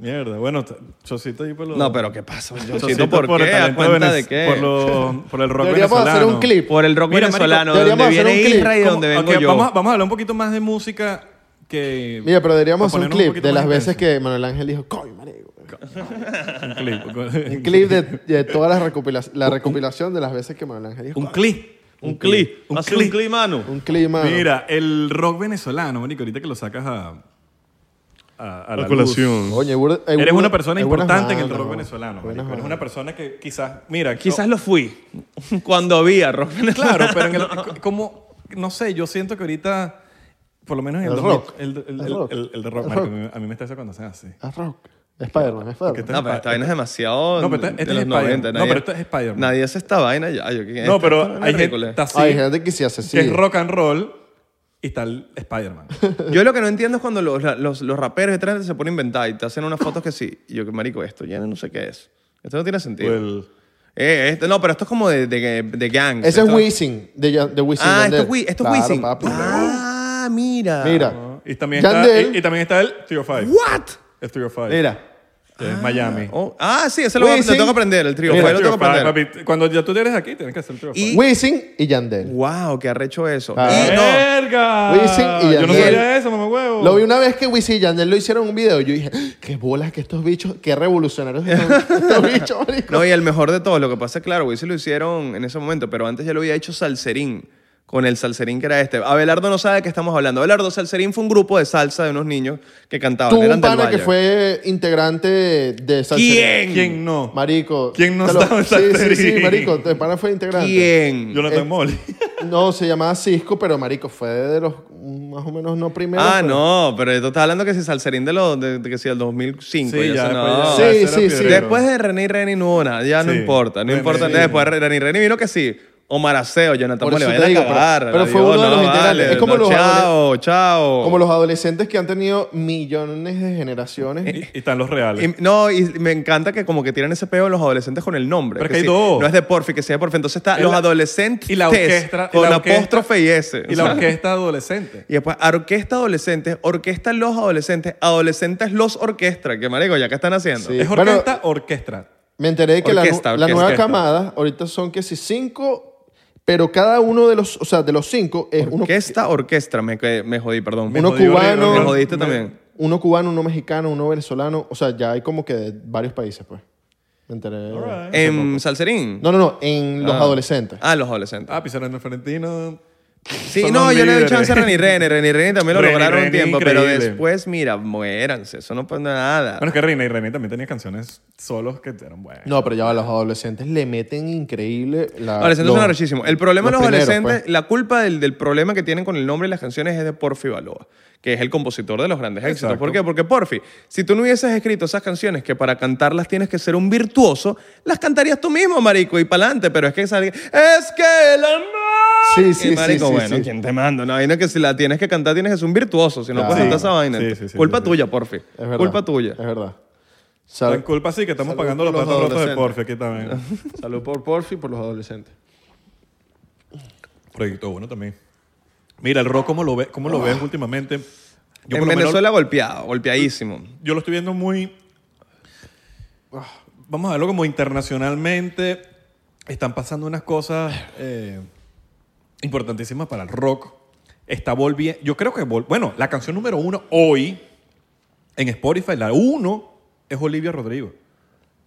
Speaker 3: mierda. Bueno, t- chocito ahí por los...
Speaker 1: No, pero ¿qué pasa? Yo
Speaker 3: Chocito
Speaker 1: siento por,
Speaker 3: el
Speaker 1: qué, a
Speaker 3: talento
Speaker 1: cuenta
Speaker 3: venez-
Speaker 1: de qué.
Speaker 3: Por, lo- por el rock
Speaker 2: Deberíamos
Speaker 3: venezolano.
Speaker 2: hacer un clip.
Speaker 1: Por el rock
Speaker 3: Mira, marico,
Speaker 1: venezolano, de
Speaker 2: deberíamos
Speaker 1: donde
Speaker 2: hacer
Speaker 1: viene
Speaker 2: un clip.
Speaker 1: Isra y de
Speaker 3: ¿Cómo?
Speaker 1: donde vengo
Speaker 3: Ok,
Speaker 1: yo.
Speaker 3: Vamos, a- vamos a hablar un poquito más de música que...
Speaker 2: Mira, pero deberíamos
Speaker 3: para
Speaker 2: hacer un
Speaker 3: ponernos
Speaker 2: clip
Speaker 3: poquito
Speaker 2: de
Speaker 3: más
Speaker 2: las veces
Speaker 3: intensos.
Speaker 2: que Manuel Ángel dijo, coño, marico.
Speaker 3: Un clip.
Speaker 2: Un clip de, de todas las recopilaciones, la recopilación de las veces que Manuel Ángel dijo.
Speaker 3: Un clip.
Speaker 1: Un clip.
Speaker 3: Un
Speaker 1: Hace un
Speaker 3: clip.
Speaker 1: clip, mano.
Speaker 2: Un clip, mano.
Speaker 3: Mira, el rock venezolano, marico, ahorita que lo sacas a... A, a la luz.
Speaker 2: Coño, hay burda- hay
Speaker 3: Eres
Speaker 2: burda-
Speaker 3: una persona
Speaker 2: hay buenas
Speaker 3: importante en el
Speaker 2: bandas,
Speaker 3: rock
Speaker 2: ¿no?
Speaker 3: venezolano. marico.
Speaker 2: Buenas
Speaker 3: Eres
Speaker 2: bandas.
Speaker 3: una persona que quizás, mira,
Speaker 1: Quizás lo fui cuando había rock venezolano.
Speaker 3: Claro, pero
Speaker 2: [laughs]
Speaker 3: en el, como, no sé, yo siento que ahorita, por lo menos en el,
Speaker 2: El
Speaker 3: 2000,
Speaker 2: rock.
Speaker 3: el, el,
Speaker 2: El rock.
Speaker 3: el- el- el rock,
Speaker 2: El
Speaker 3: marico,
Speaker 2: rock. Este
Speaker 3: a mí- a mí me está eso cuando se hace.
Speaker 2: Ah, Es rock. Spider-Man, Spider-Man.
Speaker 3: Porque
Speaker 1: No, pero esta vaina es demasiado
Speaker 3: No, pero esta-
Speaker 1: de
Speaker 3: este es
Speaker 1: los
Speaker 3: Spider-Man.
Speaker 1: 90.
Speaker 3: No,
Speaker 1: nadie-
Speaker 3: pero esto es Spider-Man.
Speaker 1: Nadie hace esta vaina ya. yo-
Speaker 3: No,
Speaker 1: esta- esta
Speaker 3: pero
Speaker 1: vaina
Speaker 3: hay
Speaker 1: es
Speaker 3: gente
Speaker 1: ridícula.
Speaker 3: está así,
Speaker 2: Hay gente que sí hace así.
Speaker 3: que es rock and roll y está el
Speaker 2: [laughs]
Speaker 3: Spider-Man.
Speaker 1: Yo lo que no entiendo es cuando los, los, los raperos detrás se ponen a inventar y te hacen unas fotos que sí. Y yo, que marico, esto ya no sé qué es. Esto no tiene
Speaker 3: O
Speaker 1: sentido.
Speaker 3: el-
Speaker 1: Eh, este- no, pero esto es como de, de, de gangs.
Speaker 2: Ese es
Speaker 1: Esto-
Speaker 2: Wisin, de, Jan- de Wisin
Speaker 1: Ah, esto
Speaker 2: Yandel.
Speaker 1: es, Wi- esto es
Speaker 2: Claro,
Speaker 1: Wisin.
Speaker 2: papi.
Speaker 1: Ah, mira.
Speaker 2: Mira.
Speaker 3: y, también está,
Speaker 2: Yandel.
Speaker 3: y, y también está el Trio Five.
Speaker 1: ¿What?
Speaker 3: El Trio Five.
Speaker 2: Mira.
Speaker 3: que es Miami.
Speaker 1: Oh, ah, sí, ese lo, voy a- lo
Speaker 2: Wisin.
Speaker 1: tengo que aprender, el trío.
Speaker 3: Mira,
Speaker 1: Fue, lo
Speaker 3: Trio
Speaker 1: tengo que
Speaker 3: Five,
Speaker 1: aprender.
Speaker 3: papi. Cuando ya tú eres aquí, tienes que hacer el Trio
Speaker 1: Y-
Speaker 3: Five.
Speaker 2: Wisin y Yandel.
Speaker 1: Wow, qué arrecho eso.
Speaker 2: Ah.
Speaker 1: Y
Speaker 3: Eh.
Speaker 1: no,
Speaker 3: ¡Verga!
Speaker 2: Wisin y
Speaker 3: Yo no
Speaker 2: Yandel.
Speaker 3: sabía eso, mamá huevo.
Speaker 2: Lo vi una vez que Wisin y Yandel lo hicieron en un video. Yo dije, "Ah, qué bolas que estos bichos, qué revolucionarios
Speaker 3: [laughs]
Speaker 2: estos, estos bichos, marico.
Speaker 1: no, y el mejor de todos, lo que pasa es claro, Wisin lo hicieron en ese momento, pero antes ya lo había hecho Salserín. con el salserín que era este. Abelardo no sabe de qué estamos hablando. Abelardo Salserín fue un grupo de salsa de unos niños que cantaban.
Speaker 2: Tuvo
Speaker 1: eran
Speaker 2: un
Speaker 1: del
Speaker 2: pana que
Speaker 1: Valle.
Speaker 2: fue integrante de, de Salserín.
Speaker 1: ¿Quién?
Speaker 3: ¿Quién no?
Speaker 2: Marico.
Speaker 3: ¿Quién no
Speaker 2: te lo-
Speaker 3: estaba en
Speaker 2: Sí, sí, sí,
Speaker 3: Salserín?
Speaker 2: marico. El pana fue integrante.
Speaker 1: ¿Quién?
Speaker 3: Jonathan Molly.
Speaker 2: No, se llamaba Cisco, pero marico, fue de los más o menos no pues. primeros.
Speaker 1: Ah,
Speaker 2: pero-
Speaker 1: no, pero tú estás hablando que si salserín de los de, de que si del 2005.
Speaker 3: Sí,
Speaker 1: ya
Speaker 3: ya,
Speaker 1: sé, no.
Speaker 3: pues
Speaker 2: ya. Sí,
Speaker 3: ese era
Speaker 2: sí, sí.
Speaker 3: Piedrero.
Speaker 1: Después de René y René no hubo nada, ya no
Speaker 3: Sí.
Speaker 1: importa, no
Speaker 3: René
Speaker 1: importa.
Speaker 3: y
Speaker 1: Después de René y René vino que sí. Omar Aceo, Jonathan
Speaker 2: Por
Speaker 1: Mole,
Speaker 2: eso te
Speaker 1: vayan a
Speaker 2: digo, pero-
Speaker 1: cagar.
Speaker 2: pero fue
Speaker 1: adiós,
Speaker 2: uno de los
Speaker 1: no,
Speaker 2: integrantes.
Speaker 1: vale,
Speaker 2: Es como
Speaker 1: no,
Speaker 2: los
Speaker 1: Chao, chao.
Speaker 2: Como los adolescentes que han tenido millones de generaciones.
Speaker 3: Y, y están los reales.
Speaker 1: Y- no, y me encanta que como que tienen ese peo los adolescentes con el nombre.
Speaker 3: Pero es que hay
Speaker 1: sí,
Speaker 3: dos.
Speaker 1: No es de porfi, que sea de porfi. Entonces está
Speaker 3: Es
Speaker 1: los
Speaker 3: la-
Speaker 1: adolescentes
Speaker 3: y la orquestra- y
Speaker 1: con
Speaker 3: la orquestra-
Speaker 1: apóstrofe y S.
Speaker 3: Y la orquesta adolescente.
Speaker 1: Y después, orquesta adolescentes, orquesta los adolescentes, adolescentes los orquestra. Que marico, ya que están haciendo.
Speaker 2: Sí.
Speaker 3: Es
Speaker 2: Bueno,
Speaker 3: orquesta, orquestra.
Speaker 2: Me enteré de que la nu-
Speaker 1: Orquesta,
Speaker 2: la,
Speaker 1: orquesta.
Speaker 2: nueva camada, ahorita son que si cinco, pero cada uno de los, o sea, de los cinco es uno,
Speaker 1: Orquesta, orquestra, me, que- me jodí, perdón.
Speaker 2: uno
Speaker 1: me,
Speaker 3: jodí,
Speaker 2: cubano,
Speaker 1: jodí, me
Speaker 3: horrible,
Speaker 1: jodiste
Speaker 3: me-
Speaker 1: también.
Speaker 2: uno cubano, uno mexicano, uno venezolano, o sea, ya hay como que de varios países, pues. Me enteré.
Speaker 3: Alright.
Speaker 1: ¿En Em, Salserín?
Speaker 2: No, no, no, en los
Speaker 1: Ah.
Speaker 2: adolescentes.
Speaker 1: Ah, los adolescentes.
Speaker 3: Ah, Pizarro Florentino.
Speaker 1: sí,
Speaker 3: son
Speaker 1: no,
Speaker 3: los
Speaker 1: yo le doy
Speaker 3: líderes.
Speaker 1: chance a Reni Rene. Reni Rene también lo
Speaker 3: Reni
Speaker 1: lograron un
Speaker 3: Rene,
Speaker 1: tiempo, pero
Speaker 3: increíble.
Speaker 1: después, mira, muéranse. Eso no pasa nada.
Speaker 3: Bueno, es que Reina y René también tenía canciones solos que eran buenas.
Speaker 2: No, pero ya va, los adolescentes le meten increíble la.
Speaker 1: adolescentes
Speaker 2: los-
Speaker 1: son arrechísimos. El problema de los
Speaker 2: Ah, primeros,
Speaker 1: adolescentes,
Speaker 2: pues.
Speaker 1: la culpa del, del problema que tienen con el nombre y las canciones es de Porfi Baloa, que es el compositor de los grandes éxitos.
Speaker 3: Exacto.
Speaker 1: ¿Por qué? Porque Porfi, si tú no hubieses escrito esas canciones que para cantarlas tienes que ser un virtuoso, las cantarías tú mismo, marico, y pa'lante. Pero es que sale, es que el amor...
Speaker 2: Sí, sí,
Speaker 1: Y,
Speaker 2: sí,
Speaker 1: marico,
Speaker 2: sí,
Speaker 1: bueno,
Speaker 2: sí.
Speaker 1: ¿quién te manda? Una vaina que si la tienes que cantar tienes que ser un virtuoso, si no
Speaker 2: Claro.
Speaker 1: puedes cantar
Speaker 3: Sí,
Speaker 1: esa vaina.
Speaker 3: sí, sí, sí,
Speaker 1: culpa
Speaker 3: sí, sí.
Speaker 1: tuya, Porfi.
Speaker 2: Es verdad,
Speaker 1: Culpa tuya.
Speaker 2: Es verdad. Sal-
Speaker 3: La culpa sí que estamos
Speaker 2: Salud
Speaker 3: pagando los
Speaker 2: por los
Speaker 3: platos rotos de Porfi
Speaker 2: adolescentes.
Speaker 3: aquí también.
Speaker 2: [laughs] Salud por Porfi y por los adolescentes.
Speaker 3: Proyecto bueno también. Mira, el rock, ¿cómo lo, ve, cómo lo
Speaker 2: Ah.
Speaker 3: ves últimamente? Yo
Speaker 1: en
Speaker 3: por lo menos-
Speaker 1: Venezuela golpeado, golpeadísimo.
Speaker 3: yo lo estoy viendo muy. ah, Vamos a verlo como internacionalmente. Están pasando unas cosas eh, importantísimas para el rock. Está volviendo. Yo creo que. vol- bueno, la canción número uno hoy en Spotify, la uno, es Olivia Rodrigo.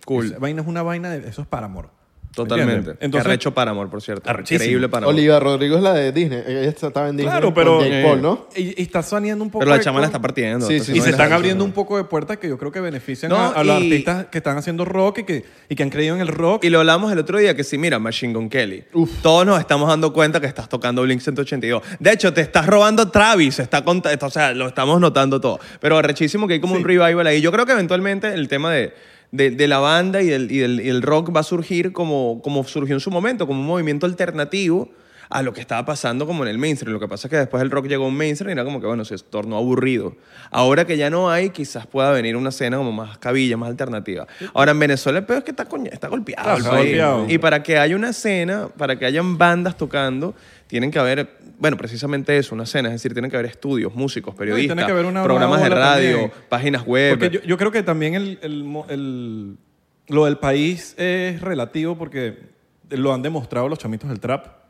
Speaker 1: Cool.
Speaker 3: Esa vaina es una vaina de. Eso es para amor.
Speaker 1: Totalmente.
Speaker 3: Entonces,
Speaker 1: Arrecho Paramore, por cierto.
Speaker 3: Arrechísimo.
Speaker 1: Increíble Paramore.
Speaker 2: Oliva Rodrigo es la de Disney. Ella estaba en Disney.
Speaker 3: Claro,
Speaker 2: con
Speaker 3: pero-
Speaker 2: Jake Paul, ¿no?
Speaker 3: y, y está saneando un poco.
Speaker 1: Pero la
Speaker 3: de
Speaker 1: chamana
Speaker 3: cosas.
Speaker 1: está partiendo.
Speaker 2: Sí,
Speaker 1: está
Speaker 2: sí,
Speaker 1: haciendo
Speaker 3: Y
Speaker 2: no
Speaker 3: se
Speaker 2: es
Speaker 1: vaina.
Speaker 3: están
Speaker 2: la
Speaker 3: abriendo
Speaker 2: canción.
Speaker 3: un poco de puertas que yo creo que benefician
Speaker 1: No,
Speaker 3: a, a los
Speaker 1: y-
Speaker 3: artistas que están haciendo rock y que, y que han creído en el rock.
Speaker 1: Y lo hablamos el otro día que sí, mira, Machine Gun Kelly. Todos nos estamos dando cuenta que estás tocando Blink 182. De hecho, te estás robando a Travis. Está con- o sea, lo estamos notando todo. Pero arrechísimo que hay como un revival ahí. Yo creo que eventualmente el tema de, de, de la banda y del, y del- y el rock va a surgir como, como surgió en su momento, como un movimiento alternativo a lo que estaba pasando como en el mainstream. Lo que pasa es que después el rock llegó a un mainstream y era como que, bueno, se tornó aburrido. Ahora que ya no hay, quizás pueda venir una escena como más cabilla, más alternativa. Ahora, en Venezuela el peor es que está, coña- está golpeado.
Speaker 3: Claro,
Speaker 1: el
Speaker 3: está
Speaker 1: país.
Speaker 3: golpeado.
Speaker 1: Y para que haya una escena, para que hayan bandas tocando, tienen que haber, bueno, precisamente eso, una escena. Es decir, tienen que haber estudios, músicos, periodistas,
Speaker 3: que haber una
Speaker 1: programas de
Speaker 3: nueva ola
Speaker 1: radio,
Speaker 3: también.
Speaker 1: páginas web.
Speaker 3: Porque yo, yo creo que también el, el mo- el- lo del país es relativo porque lo han demostrado los chamitos del trap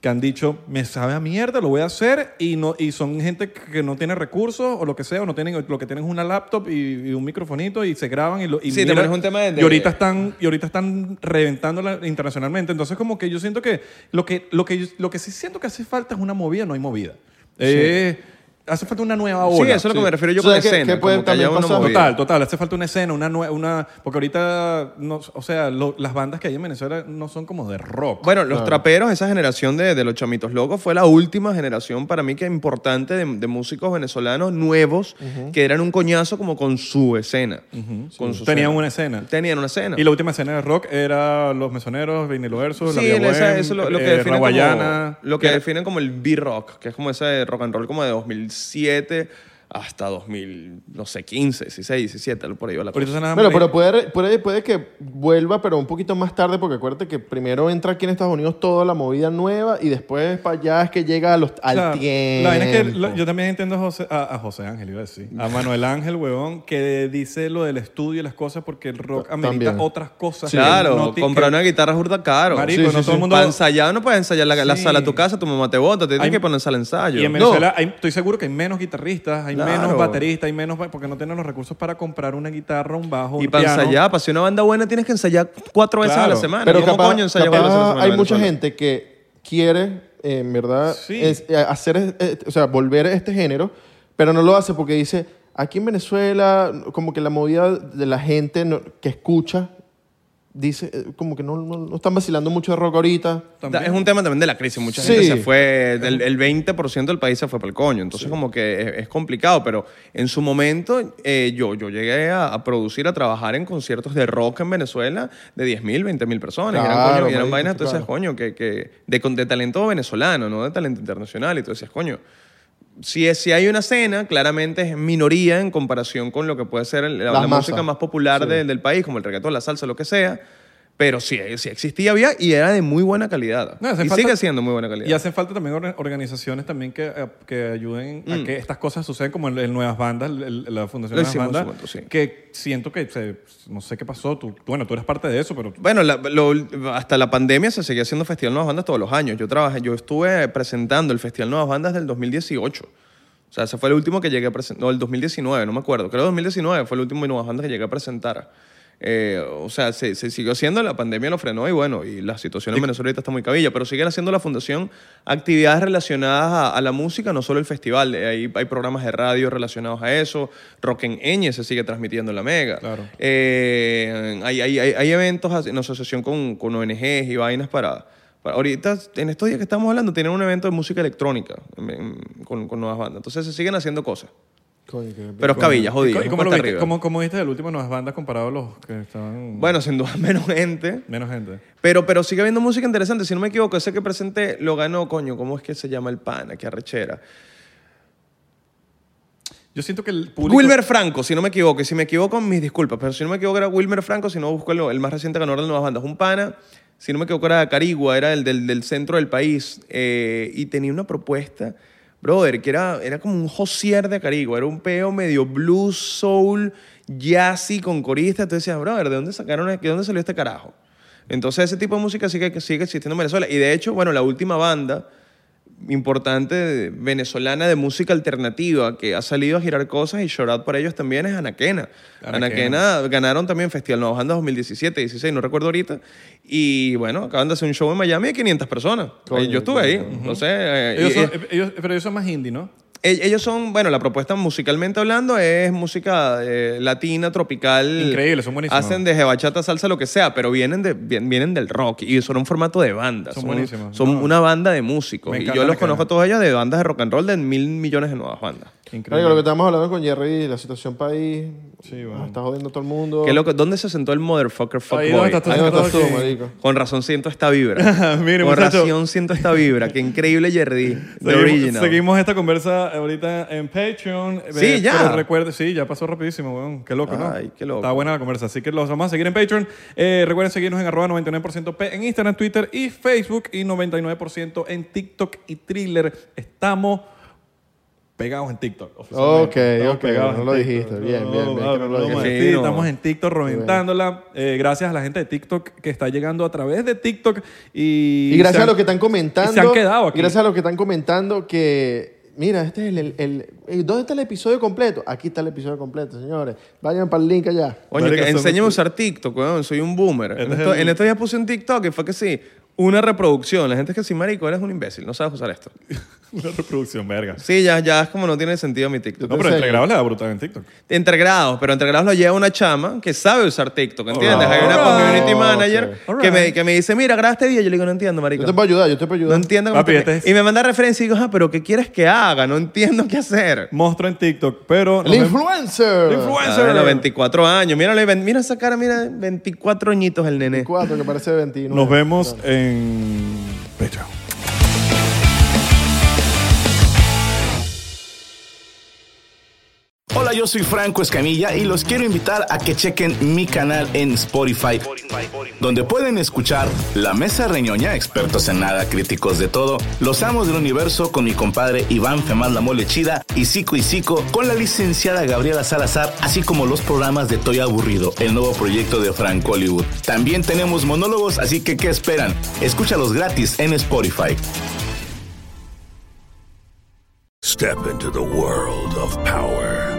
Speaker 3: que han dicho, me sabe a mierda, lo voy a hacer y no y son gente que no tiene recursos o lo que sea, o no tienen o lo que tienen es una laptop y, y un microfonito y se graban y lo y
Speaker 1: Sí, también es un tema de-
Speaker 3: y ahorita están y ahorita están reventándola internacionalmente, entonces como que yo siento que lo que lo que yo- lo que sí siento que hace falta es una movida, no hay movida. Eh, hace falta una nueva
Speaker 1: sí,
Speaker 3: ola.
Speaker 1: eso es lo que me refiero yo
Speaker 2: O sea,
Speaker 1: con
Speaker 2: que-
Speaker 1: escena.
Speaker 2: que puede
Speaker 1: como que haya
Speaker 2: también
Speaker 1: una
Speaker 2: pasar.
Speaker 1: movida.
Speaker 3: Total, total. Hace falta una escena, una nue- una Porque ahorita, no, o sea, lo- las bandas que hay en Venezuela no son como de rock.
Speaker 1: Bueno, los
Speaker 2: Claro.
Speaker 1: traperos, esa generación de, de los chamitos locos, fue la última generación para mí que importante de, de músicos venezolanos nuevos que eran un coñazo como con su escena. con su
Speaker 3: Tenían
Speaker 1: escena.
Speaker 3: una escena.
Speaker 1: Tenían una escena.
Speaker 3: Y la última escena de rock era Los Mesoneros, Vinilo Versus, La
Speaker 1: Sí,
Speaker 3: Vía
Speaker 1: el- esa-
Speaker 3: Bohem,
Speaker 1: eso lo, lo que
Speaker 3: eh,
Speaker 1: definen
Speaker 3: Raguayana.
Speaker 1: como, lo que
Speaker 3: Era-
Speaker 1: definen como el B-rock, que es como ese rock and roll como de 2007 hasta 2000, no sé, 15, 16, 17, por ahí va la cosa.
Speaker 3: Ahorita suena-
Speaker 2: Bueno, pero puede, puede, puede que vuelva, pero un poquito más tarde, porque acuérdate que primero entra aquí en Estados Unidos toda la movida nueva y después para allá es que llega a los, al
Speaker 3: Claro.
Speaker 2: tiempo.
Speaker 3: La vaina es que lo- yo también entiendo a José, a, a José Ángel, iba a decir. A Manuel Ángel, huevón, que dice lo del estudio y las cosas porque el rock
Speaker 2: Ta-
Speaker 3: amerita
Speaker 2: también.
Speaker 3: otras cosas. que
Speaker 1: Claro,
Speaker 3: no ti-
Speaker 1: comprar
Speaker 3: que-
Speaker 1: una guitarra es burda caro.
Speaker 3: Marico,
Speaker 2: Sí,
Speaker 3: no
Speaker 2: sí,
Speaker 3: todo
Speaker 2: sí.
Speaker 3: el mundo...
Speaker 1: Para ensayar no puedes ensayar la, la
Speaker 3: Sí.
Speaker 1: sala de tu casa, tu mamá te bota, te tienes
Speaker 3: Hay-
Speaker 1: que poner en sala de ensayo.
Speaker 3: Y en
Speaker 1: No,
Speaker 3: Venezuela hay- estoy seguro que hay menos guitarristas,
Speaker 1: Claro.
Speaker 3: hay menos bateristas, hay menos... Porque no tienen los recursos para comprar una guitarra, un bajo, un
Speaker 1: y para
Speaker 3: piano.
Speaker 1: ensayar, para ser una banda buena tienes que ensayar cuatro veces a la
Speaker 3: Claro.
Speaker 1: semana.
Speaker 2: pero
Speaker 1: ¿Cómo
Speaker 2: capaz,
Speaker 1: coño ensayas
Speaker 2: capaz
Speaker 1: cuatro veces a la semana
Speaker 2: hay
Speaker 1: en
Speaker 2: mucha
Speaker 1: Venezuela?
Speaker 2: gente que quiere eh, en verdad,
Speaker 3: Sí.
Speaker 2: es- eh, hacer, eh, eh, o sea, volver a este género, pero no lo hace porque dice, aquí en Venezuela, como que la movida de la gente no- que escucha, dice, eh, como que no, no, no están vacilando mucho de rock ahorita.
Speaker 1: Es un tema también de la crisis. Mucha
Speaker 2: Sí.
Speaker 1: gente se fue, del- el 20% del país se fue para el coño. Entonces, como que es, es complicado, pero en su momento eh, yo, yo llegué a, a producir, a trabajar en conciertos de rock en Venezuela de 10.000, 20.000 personas. Y eran,
Speaker 2: Claro,
Speaker 1: coño, y eran
Speaker 2: marico,
Speaker 1: vainas, tú decías,
Speaker 2: claro.
Speaker 1: coño, que, que de, con- de talento venezolano, no de talento internacional. Y tú decías, coño. Si, es- si hay una escena, claramente es minoría en comparación con lo que puede ser el- la,
Speaker 2: Las
Speaker 1: la
Speaker 2: masas.
Speaker 1: música más popular
Speaker 2: Sí.
Speaker 1: de- del país, como el reggaetón, la salsa, lo que sea. Pero sí, sí existía, había, y era de muy buena calidad.
Speaker 3: No,
Speaker 1: y
Speaker 3: hace falta-
Speaker 1: sigue siendo muy buena calidad.
Speaker 3: Y hacen falta también or- organizaciones también que, eh, que ayuden
Speaker 1: Mm.
Speaker 3: a que estas cosas sucedan, como en, en Nuevas Bandas, el- el- la Fundación
Speaker 1: Lo
Speaker 3: Nuevas
Speaker 1: hicimos en
Speaker 3: Bandas,
Speaker 1: su momento, sí.
Speaker 3: que siento que, se- no sé qué pasó, tú, bueno, tú eres parte de eso, pero
Speaker 1: Bueno, la- lo- hasta la pandemia se seguía haciendo Festival Nuevas Bandas todos los años. Yo trabajé, yo estuve presentando el Festival Nuevas Bandas del 2018. O sea, ese fue el último que llegué a presentar. No, el 2019, no me acuerdo. Creo que 2019 fue el último de Nuevas Bandas que llegué a presentar. Eh, o sea, se, se siguió haciendo, la pandemia lo frenó y bueno, y la situación en Venezuela ahorita está muy cabilla, pero siguen haciendo la fundación actividades relacionadas a, a la música, no solo el festival. Eh, Hay, hay programas de radio relacionados a eso. Rock en Ñ se sigue transmitiendo en la Mega.
Speaker 3: Claro.
Speaker 1: Eh, hay, hay- hay- hay eventos así- en asociación con, con ONGs y vainas para, para- Ahorita, en estos días que estamos hablando, tienen un evento de música electrónica en- en- con, con nuevas bandas. Entonces se siguen haciendo cosas. Pero es cabilla, jodido.
Speaker 3: ¿Y
Speaker 1: es
Speaker 3: cómo, lo
Speaker 1: cuesta
Speaker 3: viste,
Speaker 1: arriba.
Speaker 3: cómo- cómo viste el último Nuevas Bandas comparado a los que estaban
Speaker 1: Bueno, sin duda [laughs] menos gente.
Speaker 3: menos gente?
Speaker 1: Pero, pero sigue habiendo música interesante. Si no me equivoco, ese que presenté lo ganó, coño, ¿cómo es que se llama el pana? Qué arrechera.
Speaker 3: Yo siento que el público...
Speaker 1: Wilmer Franco, si no me equivoco. Y si me equivoco, mis disculpas. Pero si no me equivoco, era Wilmer Franco. Si no, busco el, el más reciente ganador de Nuevas Bandas. Un pana, si no me equivoco, era de Carigua, era el del, del centro del país. eh, y tenía una propuesta, brother, que era, era como un josier de Carigua. Era un peo medio blues, soul, jazzy, con corista. Entonces decías, brother, ¿de dónde sacaron, de dónde salió este carajo? Entonces ese tipo de música sigue, sigue existiendo en Venezuela. Y de hecho, bueno, la última banda importante venezolana de música alternativa que ha salido a girar cosas y llorar por ellos también es Anaquena.
Speaker 3: Anaquena.
Speaker 1: Anaquena ganaron también Festival Nuevas Bandas 2017, 16, no recuerdo ahorita. Y bueno, acaban de hacer un show en Miami de 500 personas.
Speaker 2: Coño,
Speaker 1: yo estuve
Speaker 2: coño.
Speaker 1: ahí. Entonces, eh,
Speaker 3: Ellos
Speaker 1: y-
Speaker 3: son- eh, ellos- pero ellos son más indie, ¿no?
Speaker 1: Ell- Ellos son, bueno, la propuesta musicalmente hablando es música eh, latina, tropical.
Speaker 3: Increíble, son buenísimos.
Speaker 1: Hacen desde bachata, salsa, lo que sea, pero vienen, de, vien- vienen del rock y son un formato de banda.
Speaker 3: Son
Speaker 1: un-
Speaker 3: buenísimos.
Speaker 1: Son
Speaker 3: No.
Speaker 1: una banda de músicos.
Speaker 3: Me
Speaker 1: Y
Speaker 3: encanta
Speaker 1: yo
Speaker 3: la
Speaker 1: los
Speaker 3: cara.
Speaker 1: conozco a todos ellos de bandas de rock and roll de mil millones de nuevas bandas.
Speaker 2: Marico, lo que
Speaker 3: Increíble.
Speaker 2: estábamos hablando con Jerry, la situación país,
Speaker 3: Sí,
Speaker 2: ah,
Speaker 3: bueno.
Speaker 2: está jodiendo a todo el mundo.
Speaker 1: ¿Qué loco? ¿Dónde se sentó el motherfucker
Speaker 3: Ahí donde
Speaker 1: fuckboy?
Speaker 3: estás tú
Speaker 2: Ahí donde estás tú,
Speaker 3: Ok.
Speaker 2: marico.
Speaker 1: Con razón siento esta
Speaker 3: [laughs]
Speaker 1: vibra.
Speaker 3: Mire,
Speaker 1: Con
Speaker 3: muchacho.
Speaker 1: razón siento esta vibra. Qué increíble Jerdy. The
Speaker 3: Seguimos,
Speaker 1: original.
Speaker 3: seguimos esta conversa ahorita en Patreon.
Speaker 1: Sí,
Speaker 3: Eh,
Speaker 1: ya.
Speaker 3: Pero recuerden, sí, ya pasó rapidísimo, weón. Qué loco, ¿no?
Speaker 1: Ay, qué loco.
Speaker 3: Está buena la conversa. Así que los vamos a seguir en Patreon. Eh, recuerden seguirnos en arroba 99% P en Instagram, Twitter y Facebook. Y 99% en TikTok y Thriller. Estamos pegados en TikTok.
Speaker 2: Ok,
Speaker 3: oficialmente. Estamos
Speaker 2: ok,
Speaker 3: pegados
Speaker 2: no
Speaker 3: en
Speaker 2: lo
Speaker 3: TikTok.
Speaker 2: dijiste. Bien, bien, bien, que no lo
Speaker 3: vale,
Speaker 2: dijiste.
Speaker 3: vale.
Speaker 1: Qué
Speaker 3: Sí,
Speaker 1: fino.
Speaker 3: estamos en TikTok reventándola. Eh, gracias a la gente de TikTok que está llegando a través de TikTok. Y,
Speaker 2: Y gracias
Speaker 3: se
Speaker 2: a
Speaker 3: han-
Speaker 2: los que están comentando.
Speaker 3: y se han quedado aquí.
Speaker 2: Gracias a los que están comentando que. Mira, este es el, el- el- eh, ¿Dónde está el episodio completo? Aquí está el episodio completo, señores. Vayan para el link allá.
Speaker 1: Oye,
Speaker 3: Marico,
Speaker 1: que
Speaker 3: somos-
Speaker 1: enséñame a usar TikTok, weón. Soy un boomer. En, esto- en estos días puse un TikTok y fue que sí, una reproducción. La gente es que sí, marico, eres un imbécil. No sabes usar esto.
Speaker 3: [laughs] Una reproducción, verga.
Speaker 1: Sí, ya, ya es como no tiene sentido mi TikTok.
Speaker 3: No, pero
Speaker 2: Enseña.
Speaker 3: entre grados le da brutal en TikTok.
Speaker 1: Entre grados, pero entre grados lo lleva una chama que sabe usar TikTok, ¿entiendes? Hay una
Speaker 3: Alright.
Speaker 1: community manager
Speaker 3: Ok.
Speaker 1: que, me,
Speaker 3: Alright.
Speaker 1: que me dice, mira, graba este video. Yo le digo, no entiendo, marico.
Speaker 2: Yo te puedo ayudar, yo te puedo
Speaker 1: No
Speaker 2: ayudar.
Speaker 1: entiendo cómo
Speaker 3: Papi,
Speaker 1: te-
Speaker 3: este es-
Speaker 1: Y me manda referencia y digo, ah, pero ¿qué quieres que haga? No entiendo qué hacer.
Speaker 3: Monstruo en TikTok, pero...
Speaker 2: el
Speaker 3: nos vemos-
Speaker 2: influencer.
Speaker 3: El influencer.
Speaker 1: Ah, bueno, 24 años. Mírale, ven- mira esa cara, mira, 24 añitos el nene.
Speaker 2: Cuatro, que parece 29.
Speaker 3: Nos vemos en Patreon.
Speaker 5: Hola, yo soy Franco Escamilla y los quiero invitar a que chequen mi canal en Spotify, donde pueden escuchar La Mesa Reñoña, expertos en nada, críticos de todo, Los Amos del Universo con mi compadre Iván Femán La Mole Chida y Sico y Sico con la licenciada Gabriela Salazar, así como los programas de Toy Aburrido, el nuevo proyecto de Franco Hollywood. También tenemos monólogos, así que ¿qué esperan? Escúchalos gratis en Spotify.
Speaker 6: Step into the world of power,